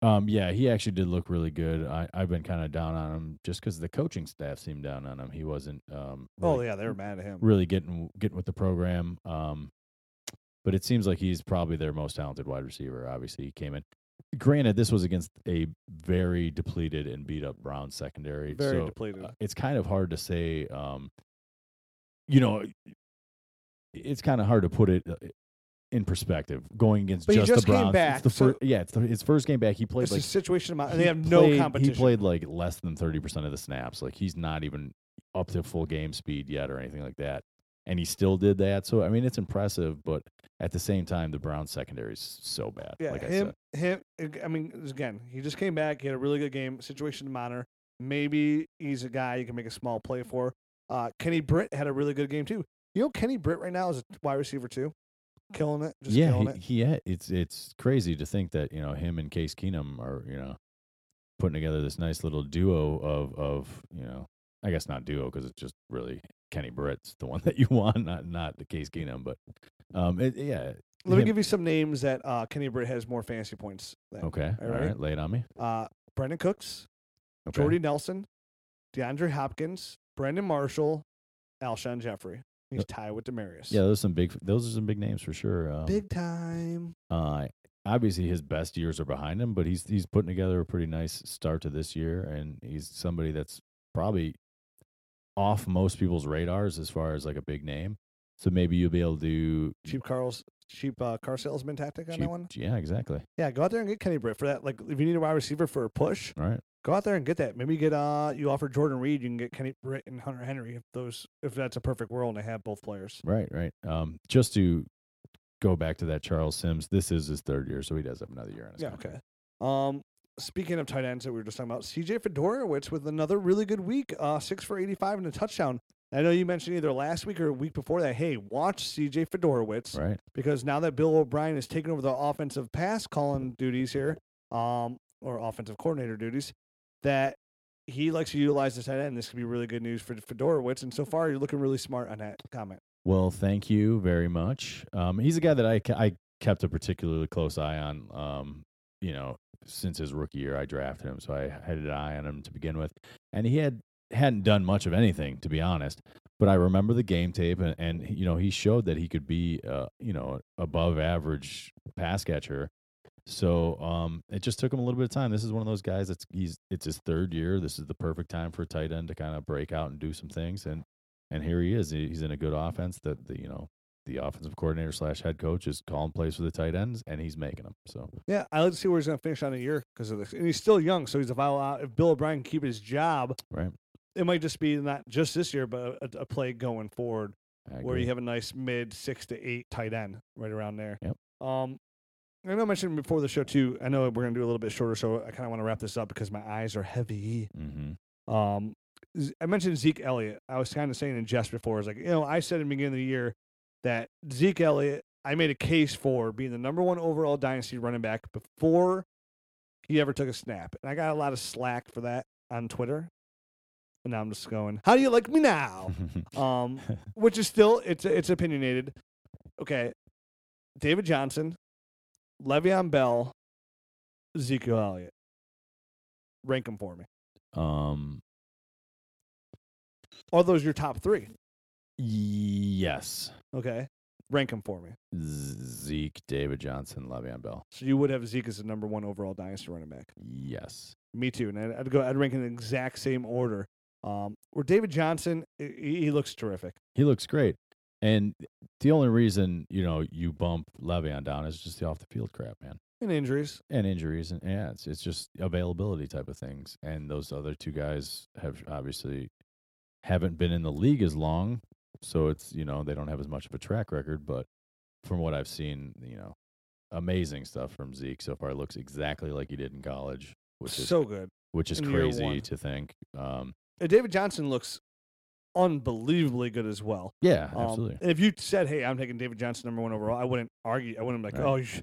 S3: Um, yeah, he actually did look really good. I, I've been kind of down on him just because the coaching staff seemed down on him. He wasn't. Um,
S2: Oh,
S3: really-
S2: yeah, they were mad at him.
S3: really getting getting with the program. Um, but it seems like he's probably their most talented wide receiver. Obviously, he came in. Granted, this was against a very depleted and beat up Brown secondary.
S2: Very
S3: so
S2: depleted.
S3: uh, it's kind of hard to say. Um, you know, it's kind of hard to put it uh, in perspective. Going against
S2: But he
S3: just,
S2: just
S3: the
S2: came
S3: Browns,
S2: back,
S3: it's the
S2: so-
S3: first, yeah, it's the, his first game back. He played
S2: it's
S3: like
S2: a situation about, and
S3: he
S2: they have no
S3: played-
S2: competition.
S3: He played like less than thirty percent of the snaps. Like he's not even up to full game speed yet or anything like that. And he still did that. So I mean, it's impressive, but at the same time, the Browns secondary is so bad.
S2: Yeah,
S3: like I
S2: him,
S3: said,
S2: him. ag- I mean, again, he just came back. He had a really good game. Situation to monitor. Maybe he's a guy you can make a small play for. Uh, Kenny Britt had a really good game too. You know, Kenny Britt right now is a wide receiver too, killing it. Just
S3: yeah,
S2: killing
S3: he,
S2: it.
S3: he had- it's it's crazy to think that you know him and Case Keenum are you know putting together this nice little duo of of you know I guess not duo because it's just really Kenny Britt's the one that you want, not not the Case Keenum, but um, it, yeah.
S2: Let me
S3: him-
S2: give you some names that uh, Kenny Britt has more fantasy points than.
S3: Okay,
S2: All
S3: all right,
S2: right.
S3: lay it on me.
S2: Uh, Brendan Cooks,
S3: Okay.
S2: Jordy Nelson, DeAndre Hopkins, Brandon Marshall, Alshon Jeffrey. He's tied with Demarius.
S3: Yeah, those are some big. Those are some big names for sure. Um,
S2: big time.
S3: Uh, obviously, his best years are behind him, but he's he's putting together a pretty nice start to this year, and he's somebody that's probably off most people's radars as far as like a big name. So maybe you'll be able to
S2: Cheap Carl's cheap uh, car salesman tactic on
S3: cheap-
S2: that one.
S3: Yeah, exactly.
S2: Yeah, go out there and get Kenny Britt for that. Like, if you need a wide receiver for a push,
S3: All right.
S2: go out there and get that. Maybe you get uh, you offer Jordan Reed, you can get Kenny Britt and Hunter Henry if those if that's a perfect world and they have both players.
S3: Right, right. Um, just to go back to that Charles Sims, this is his third year, so he does have another year on his
S2: Yeah, okay.
S3: contract.
S2: Um, speaking of tight ends that we were just talking about, C.J. Fedorowicz with another really good week, uh, six for eighty-five and a touchdown. I know you mentioned either last week or a week before that. Hey, watch C.J. Fedorowicz.
S3: Right.
S2: because now that Bill O'Brien has taken over the offensive pass calling duties here, um, or offensive coordinator duties, that he likes to utilize this tight end. This could be really good news for Fedorowicz. And so far, you're looking really smart on that comment.
S3: Well, thank you very much. Um, he's a guy that I, ke- I kept a particularly close eye on, um, you know, since his rookie year. I drafted him, so I had an eye on him to begin with. And he had, hadn't done much of anything, to be honest. But I remember the game tape, and, and you know, he showed that he could be, uh, you know, above average pass catcher. So um, it just took him a little bit of time. This is one of those guys that's he's it's his third year. This is the perfect time for a tight end to kind of break out and do some things. And and here he is. He- He's in a good offense that the you know the offensive coordinator slash head coach is calling plays for the tight ends, and he's making them. So
S2: Yeah, I like to see where he's going to finish on a year because of this. And he's still young, so he's a viable out. If Bill O'Brien can keep his job,
S3: right,
S2: it might just be not just this year, but a, a play going forward
S3: I
S2: where
S3: agree.
S2: you have a nice mid six to eight tight end right around there.
S3: Yep.
S2: Um, I know I mentioned before the show too. I know we're gonna do a little bit shorter, so I kind of want to wrap this up because my eyes are heavy.
S3: Mhm.
S2: Um, Z- I mentioned Zeke Elliott. I was kind of saying in jest before. It's like you know I said in the beginning of the year that Zeke Elliott. I made a case for being the number one overall dynasty running back before he ever took a snap, and I got a lot of slack for that on Twitter. And now I'm just going, how do you like me now?
S3: Mm-hmm.
S2: um, which is still it's it's opinionated. Okay, David Johnson, Le'Veon Bell, Ezekiel Elliott. Rank them for me.
S3: um.
S2: Are those your top three?
S3: Yes.
S2: Okay, rank them for me.
S3: Zeke, David Johnson, Le'Veon Bell.
S2: So you would have Zeke as the number one overall dynasty running back.
S3: Yes.
S2: Me too, and I'd, I'd go. I'd rank in the exact same order. Um, where David Johnson, i- he, he looks terrific.
S3: He looks great. And the only reason, you know, you bump Le'Veon down is just the off the field crap, man.
S2: And injuries,
S3: and injuries and yeah it's, it's just availability type of things and those other two guys have obviously haven't been in the league as long so it's you know they don't have as much of a track record but from what i've seen you know amazing stuff from zeke so far looks exactly like he did in college which is
S2: so good.
S3: which is
S2: in year
S3: crazy
S2: one.
S3: to think um
S2: And David Johnson looks unbelievably good as well.
S3: yeah
S2: Um,
S3: absolutely
S2: And if you said, "Hey, I'm taking David Johnson number one overall," I wouldn't argue. I wouldn't be like,
S3: Right.
S2: "Oh, you, sh-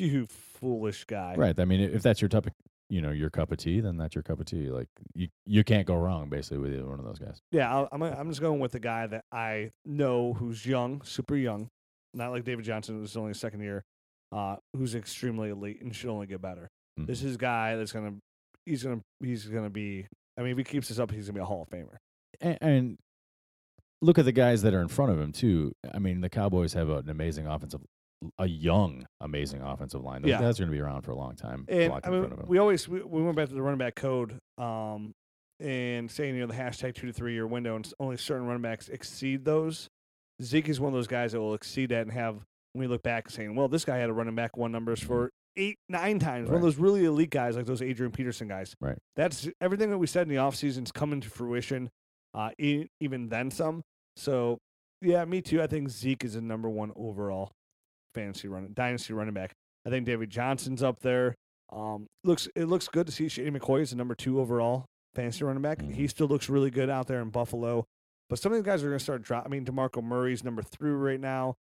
S2: you foolish guy."
S3: right i mean if that's your type of you know your cup of tea, then that's your cup of tea. Like you you can't go wrong basically with either one of those guys.
S2: Yeah, I'll, I'm I'm just going with the guy that I know who's young, super young, not like David Johnson who's only his second year, uh, who's extremely elite and should only get better. This
S3: Mm-hmm.
S2: is a guy that's gonna, he's gonna, he's gonna be. I mean, if he keeps this up, he's gonna be a Hall of Famer.
S3: and, and look at the guys that are in front of him too. I mean, the Cowboys have an amazing offensive, a young amazing offensive line. Those
S2: Yeah.
S3: guys are going to be around for a long time.
S2: And
S3: blocking
S2: I
S3: in
S2: mean,
S3: front of him.
S2: we always we, we went back to the running back code, um, and saying you know the hashtag two to three year window, and s- only certain running backs exceed those. Zeke is one of those guys that will exceed that and have when we look back saying, well, this guy had a running back one numbers for eight, nine times. One of
S3: Right.
S2: those really elite guys like those Adrian Peterson guys.
S3: Right.
S2: That's everything that we said in the offseason is coming to fruition, uh, e- even then some. So yeah, me too. I think Zeke is the number one overall fantasy running dynasty running back. I think David Johnson's up there. Um, looks it looks good to see Shady McCoy is the number two overall fantasy running back. He
S3: Mhm.
S2: still looks really good out there in Buffalo. But some of these guys are going to start dropping. I mean, Demarco Murray's number three right now.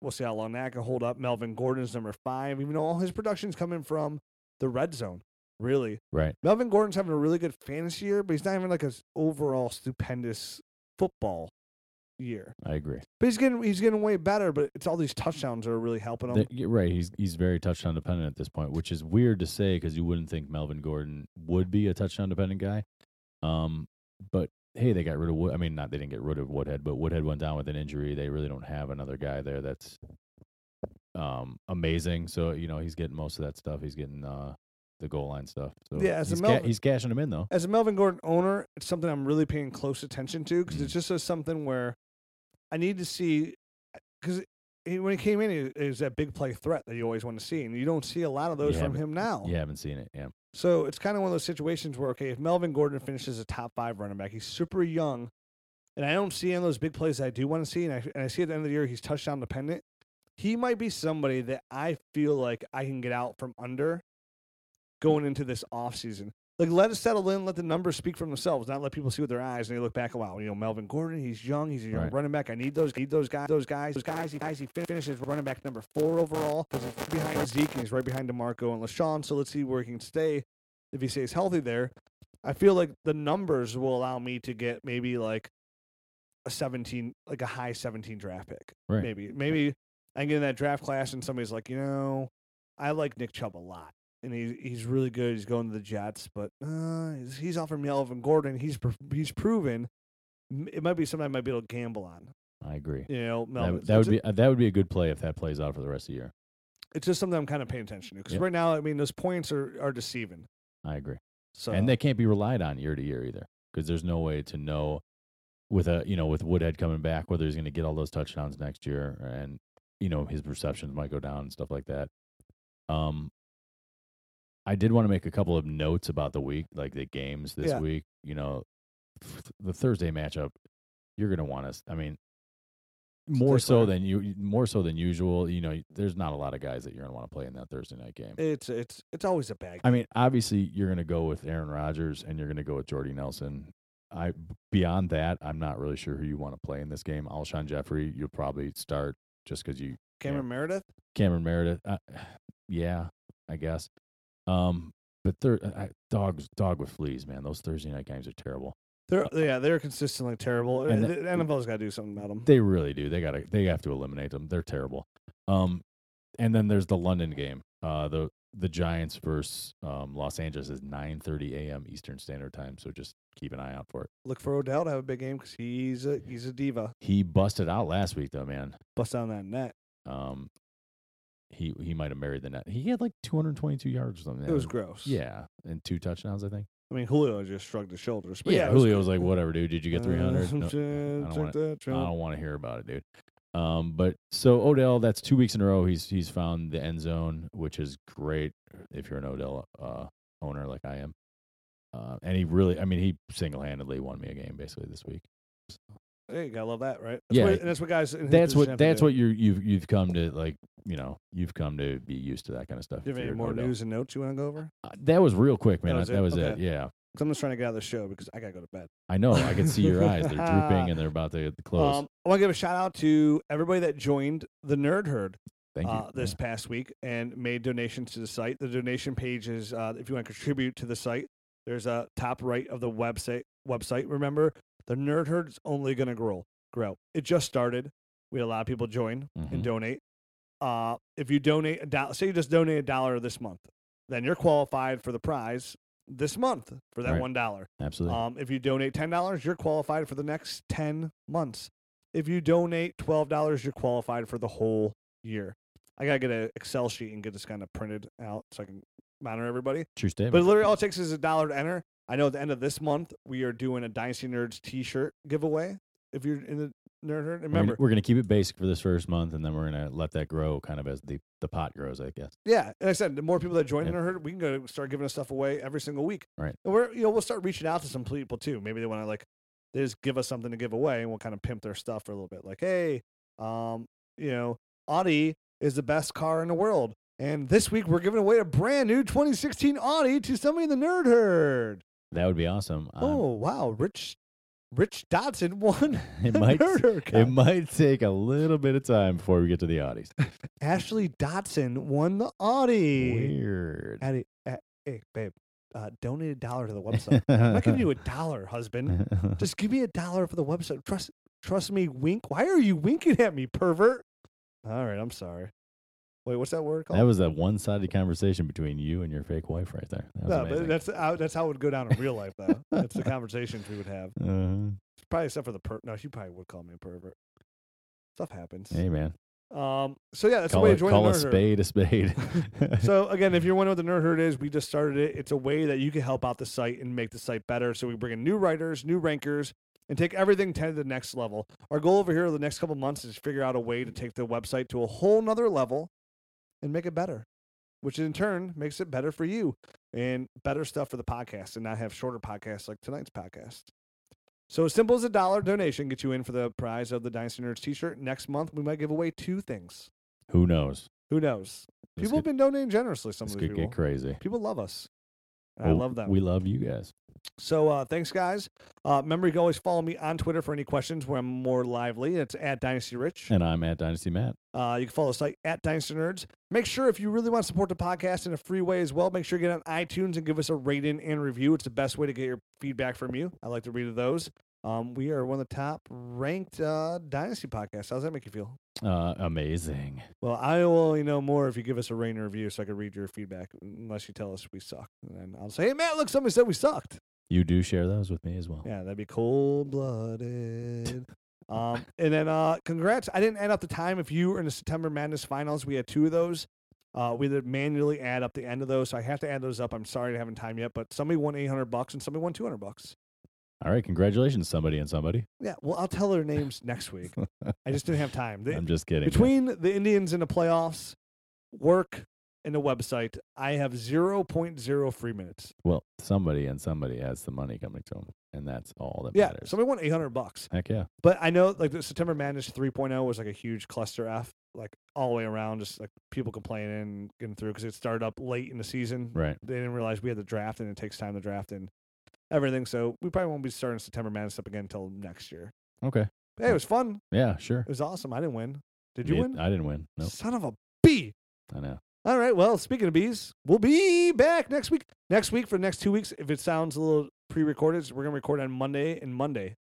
S2: We'll see how long that can hold up. Melvin Gordon's number five, even though all his production's coming from the red zone. Really,
S3: right.
S2: Melvin Gordon's having a really good fantasy year, but he's not even like an overall stupendous football year.
S3: I agree.
S2: But he's getting he's getting way better. But it's all these touchdowns that are really helping him.
S3: Th- you're right. He's he's very touchdown dependent at this point, which is weird to say because you wouldn't think Melvin Gordon would be a touchdown dependent guy. Um, but hey, they got rid of Wood. I mean, not they didn't get rid of Woodhead, but Woodhead went down with an injury. They really don't have another guy there that's um amazing. So you know he's getting most of that stuff. He's getting uh the goal line stuff. So
S2: Yeah, as a
S3: he's, ca-
S2: Melvin-
S3: he's cashing them in though.
S2: as a Melvin Gordon owner, it's something I'm really paying close attention to because
S3: Mhm.
S2: it's just a, something where I need to see because when he came in, it, it was that big play threat that you always want to see, and you don't see a lot of those
S3: Yeah,
S2: from
S3: but-
S2: him now.
S3: You haven't seen it, yeah.
S2: So it's kind of one of those situations where okay, if Melvin Gordon finishes a top five running back, he's super young, and I don't see any of those big plays that I do want to see, and I and I see at the end of the year he's touchdown dependent. He might be somebody that I feel like I can get out from under going into this offseason. Like let us settle in, let the numbers speak for themselves, not let people see with their eyes and they look back a while. You know, Melvin Gordon, he's young, he's a young
S3: Right.
S2: running back. I need those, need those guys, those guys, those guys, he guys. He fin- finishes running back number four overall because he's behind Zeke and he's right behind Demarco and Lashawn. So let's see where he can stay if he stays healthy there. I feel like the numbers will allow me to get maybe like a 17, like a high 17 draft pick.
S3: Right.
S2: Maybe, maybe I can get in that draft class and somebody's like, you know, I like Nick Chubb a lot. And he, he's really good. He's going to the Jets, but uh, he's- he's offering me Elvin Gordon. He's pr- he's proven. M- It might be something I might be able to gamble on.
S3: I agree.
S2: You know,
S3: That
S2: Melvin.
S3: would- that, would be uh, that would be a good play if that plays out for the rest of the year.
S2: It's just something I'm kind of paying attention to because
S3: Yep.
S2: right now, I mean, those points are, are deceiving.
S3: I agree.
S2: So
S3: and they can't be relied on year to year either because there's no way to know with a you know with Woodhead coming back whether he's going to get all those touchdowns next year and you know his receptions might go down and stuff like that. Um, I did want to make a couple of notes about the week, like the games this
S2: Yeah.
S3: week. You know, th- the Thursday matchup, you're going to want us. I mean, more
S2: take
S3: so
S2: whatever.
S3: than you, more so than usual. You know, there's not a lot of guys that you're going to want to play in that Thursday night game.
S2: it's it's it's always a bag.
S3: I mean, obviously, you're going to go with Aaron Rodgers and you're going to go with Jordy Nelson. I beyond that, I'm not really sure who you want to play in this game. Alshon Jeffrey, you'll probably start just because you
S2: Cameron Meredith.
S3: Cameron Meredith. Uh, yeah, I guess. Um, but thir- I, dogs, dog with fleas, man. Those Thursday night games are terrible.
S2: They're yeah, they're consistently terrible.
S3: Uh, And
S2: And
S3: the-
S2: the NFL's got to do something about them.
S3: They really do. They gotta. They have to eliminate them. They're terrible. Um, and then there's the London game. Uh, the the Giants versus um, Los Angeles is 9:30 a.m. Eastern Standard Time. So just keep an eye out for it.
S2: Look for Odell to have a big game because he's a he's a diva.
S3: He busted out last week though, man.
S2: Bust on that net.
S3: Um, he he might have married the net. He had like 222 yards or something.
S2: It
S3: That
S2: was gross.
S3: Yeah, and two touchdowns, I think.
S2: I mean Julio just shrugged his shoulders. But
S3: yeah,
S2: yeah, it
S3: Julio
S2: was,
S3: was like, "Whatever, dude. Did you get 300? No,
S2: Uh,
S3: don't
S2: check
S3: wanna-
S2: that,
S3: I
S2: Trump.
S3: don't want to hear about it, dude." Um, but so Odell, that's two weeks in a row. He's he's found the end zone, which is great if you're an Odell uh, owner like I am. Uh, and he really, I mean, he single handedly won me a game basically this week.
S2: Hey, you gotta love that, right? That's
S3: Yeah,
S2: what, and that's what guys. in his
S3: That's
S2: position have to
S3: what that's
S2: do.
S3: what you're you've you've come to like you know you've come to be used to that kind of stuff.
S2: Do you have
S3: if
S2: any
S3: you're an
S2: more
S3: Odell.
S2: news and notes you want to go over?
S3: Uh, That was real quick, man. That was, it.
S2: Okay.
S3: Yeah,
S2: 'Cause I'm just trying to get out of the show because I gotta go to bed.
S3: I know. I can see your eyes; they're
S2: uh,
S3: drooping and they're about to close.
S2: Um, I want to give a shout out to everybody that joined the Nerd Herd.
S3: Thank you.
S2: uh, this past week and made donations to the site. The donation page is uh, if you want to contribute to the site. There's a top right of the website. Website. Remember, the nerd herd is only going to grow. Grow. It just started. We had a lot of people join
S3: Mhm.
S2: and donate. Uh, if you donate a dollar, say you just donate a dollar this month, then you're qualified for the prize this month for that
S3: Right.
S2: one dollar.
S3: Absolutely.
S2: Um, if you donate ten dollars, you're qualified for the next ten months. If you donate twelve dollars, you're qualified for the whole year. I gotta get an Excel sheet and get this kind of printed out so I can monitor everybody.
S3: True statement.
S2: But literally, all it takes is a dollar to enter. I know at the end of this month, we are doing a Dynasty Nerds T-shirt giveaway. If you're in the nerd, herd.
S3: We're gonna-
S2: remember,
S3: we're going to keep it basic for this first month, and then we're going to let that grow kind of as the, the pot grows, I guess.
S2: Yeah, and I said the more people that join
S3: Yeah.
S2: in our herd, we can go start giving us stuff away every single week.
S3: Right.
S2: And we're you know we'll start reaching out to some people too. Maybe they want to like they just give us something to give away, and we'll kind of pimp their stuff for a little bit. Like, hey, um, you know, Audi is the best car in the world, and this week we're giving away a brand new 2016 Audi to somebody in the nerd herd.
S3: That would be awesome. Um, I'm-
S2: oh wow, Rich, Rich Dotson won.
S3: it
S2: the
S3: might
S2: nerd herd
S3: it
S2: contest.
S3: might take a little bit of time before we get to the Audis.
S2: Ashley Dotson won the Audi.
S3: Weird.
S2: Addie, uh, hey, babe, uh, donate a dollar to the website. I'm not giving you a dollar, husband. Just give me a dollar for the website. Trust, trust me. Wink. Why are you winking at me, pervert? All right, I'm sorry. Wait, what's that word called?
S3: that was a one sided conversation between you and your fake wife right there. That was
S2: no,
S3: amazing.
S2: but that's how that's how it would go down in real life, though. that's the conversations we would have.
S3: Uh-huh.
S2: Probably except for the per. No, she probably would call me a pervert. Stuff happens.
S3: Hey man,
S2: Um. So yeah, that's the
S3: call,
S2: way
S3: a,
S2: to join
S3: call
S2: the
S3: a
S2: nerd herd.
S3: spade a spade.
S2: so again, if you're wondering what the Nerd Herd is, we just started it. It's a way that you can help out the site and make the site better. So we bring in new writers, new rankers, and take everything to the next level. Our goal over here over the next couple months is to figure out a way to take the website to a whole nother level and make it better, which in turn makes it better for you and better stuff for the podcast and not have shorter podcasts like tonight's podcast. So as simple as a dollar donation gets you in for the prize of the Dynasty Nerds t-shirt. Next month, we might give away two things.
S3: Who knows?
S2: Who knows?
S3: This
S2: People have
S3: could-
S2: been donating generously. Some
S3: this
S2: of these
S3: could
S2: people.
S3: get crazy.
S2: People love us. And I
S3: Well,
S2: love them.
S3: Oh, We love you guys.
S2: so uh, thanks, guys. Uh, remember, you can always follow me on Twitter for any questions where I'm more lively. It's at Dynasty Rich.
S3: And I'm at Dynasty Matt.
S2: Uh, you can follow the site at Dynasty Nerds. Make sure if you really want to support the podcast in a free way as well, make sure you get on iTunes and give us a rating and review. It's the best way to get your feedback from you. I like to read those. Um, we are one of the top ranked uh, Dynasty podcasts. How does that make you feel?
S3: Uh, amazing.
S2: Well, I will only know more if you give us a rating review so I can read your feedback, unless you tell us we suck. And then I'll say, hey, Matt, look, somebody said we sucked.
S3: You do share those with me as well.
S2: Yeah, that'd be cold blooded. um, and then uh, congrats. I didn't add up the time. If you were in the September Madness finals, we had two of those. Uh, we had to manually add up the end of those, so I have to add those up. I'm sorry I haven't time yet, but somebody won 800 bucks and somebody won 200 bucks.
S3: All right, congratulations, somebody and somebody.
S2: Yeah, well, I'll tell their names next week. I just didn't have time. They-
S3: I'm just kidding.
S2: Between the Indians and the playoffs, work and the website, I have 0.0 free minutes.
S3: well, somebody and somebody has the money coming to them, and that's all that
S2: Yeah,
S3: matters.
S2: somebody won 800 bucks.
S3: Heck yeah.
S2: But I know like the September Madness 3.0 was like a huge cluster F, like all the way around, just like people complaining and getting through because it started up late in the season.
S3: Right.
S2: They didn't realize we had the draft and it takes time to draft and everything. So we probably won't be starting September Madness up again until next year.
S3: Okay.
S2: But, hey, it was fun.
S3: Yeah, sure.
S2: It was awesome. I didn't win. Did you
S3: Me-
S2: win?
S3: I didn't win. Nope.
S2: Son of a bee.
S3: I know.
S2: All right. Well, speaking of bees, we'll be back next week. Next week for the next two weeks. If it sounds a little pre-recorded, we're gonna record on Monday and Monday.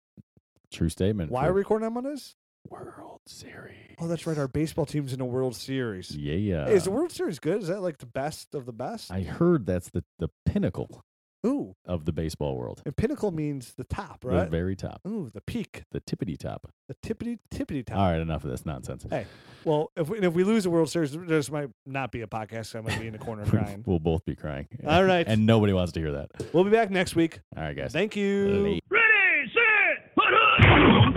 S3: True statement.
S2: Why
S3: for
S2: are we recording on Mondays?
S3: World Series?
S2: Oh, that's right. Our baseball team's in the World Series.
S3: Yeah.
S2: Hey, is the World Series good? Is that like the best of the best?
S3: I heard that's the, the pinnacle
S2: Ooh,
S3: of the baseball world.
S2: and pinnacle means the top,
S3: The
S2: right? Mm.
S3: very top.
S2: Ooh, the peak,
S3: The tippity top.
S2: the tippity tippity top.
S3: All right, enough of this nonsense.
S2: Hey, Well, if we, if we lose the World Series, there just might not be a podcast. I might be in the corner
S3: We-
S2: crying.
S3: We'll both be crying.
S2: All right.
S3: and nobody wants to hear that.
S2: We'll be back next week.
S3: All right, guys.
S2: Thank you.
S3: Later.
S1: Ready, set, put up!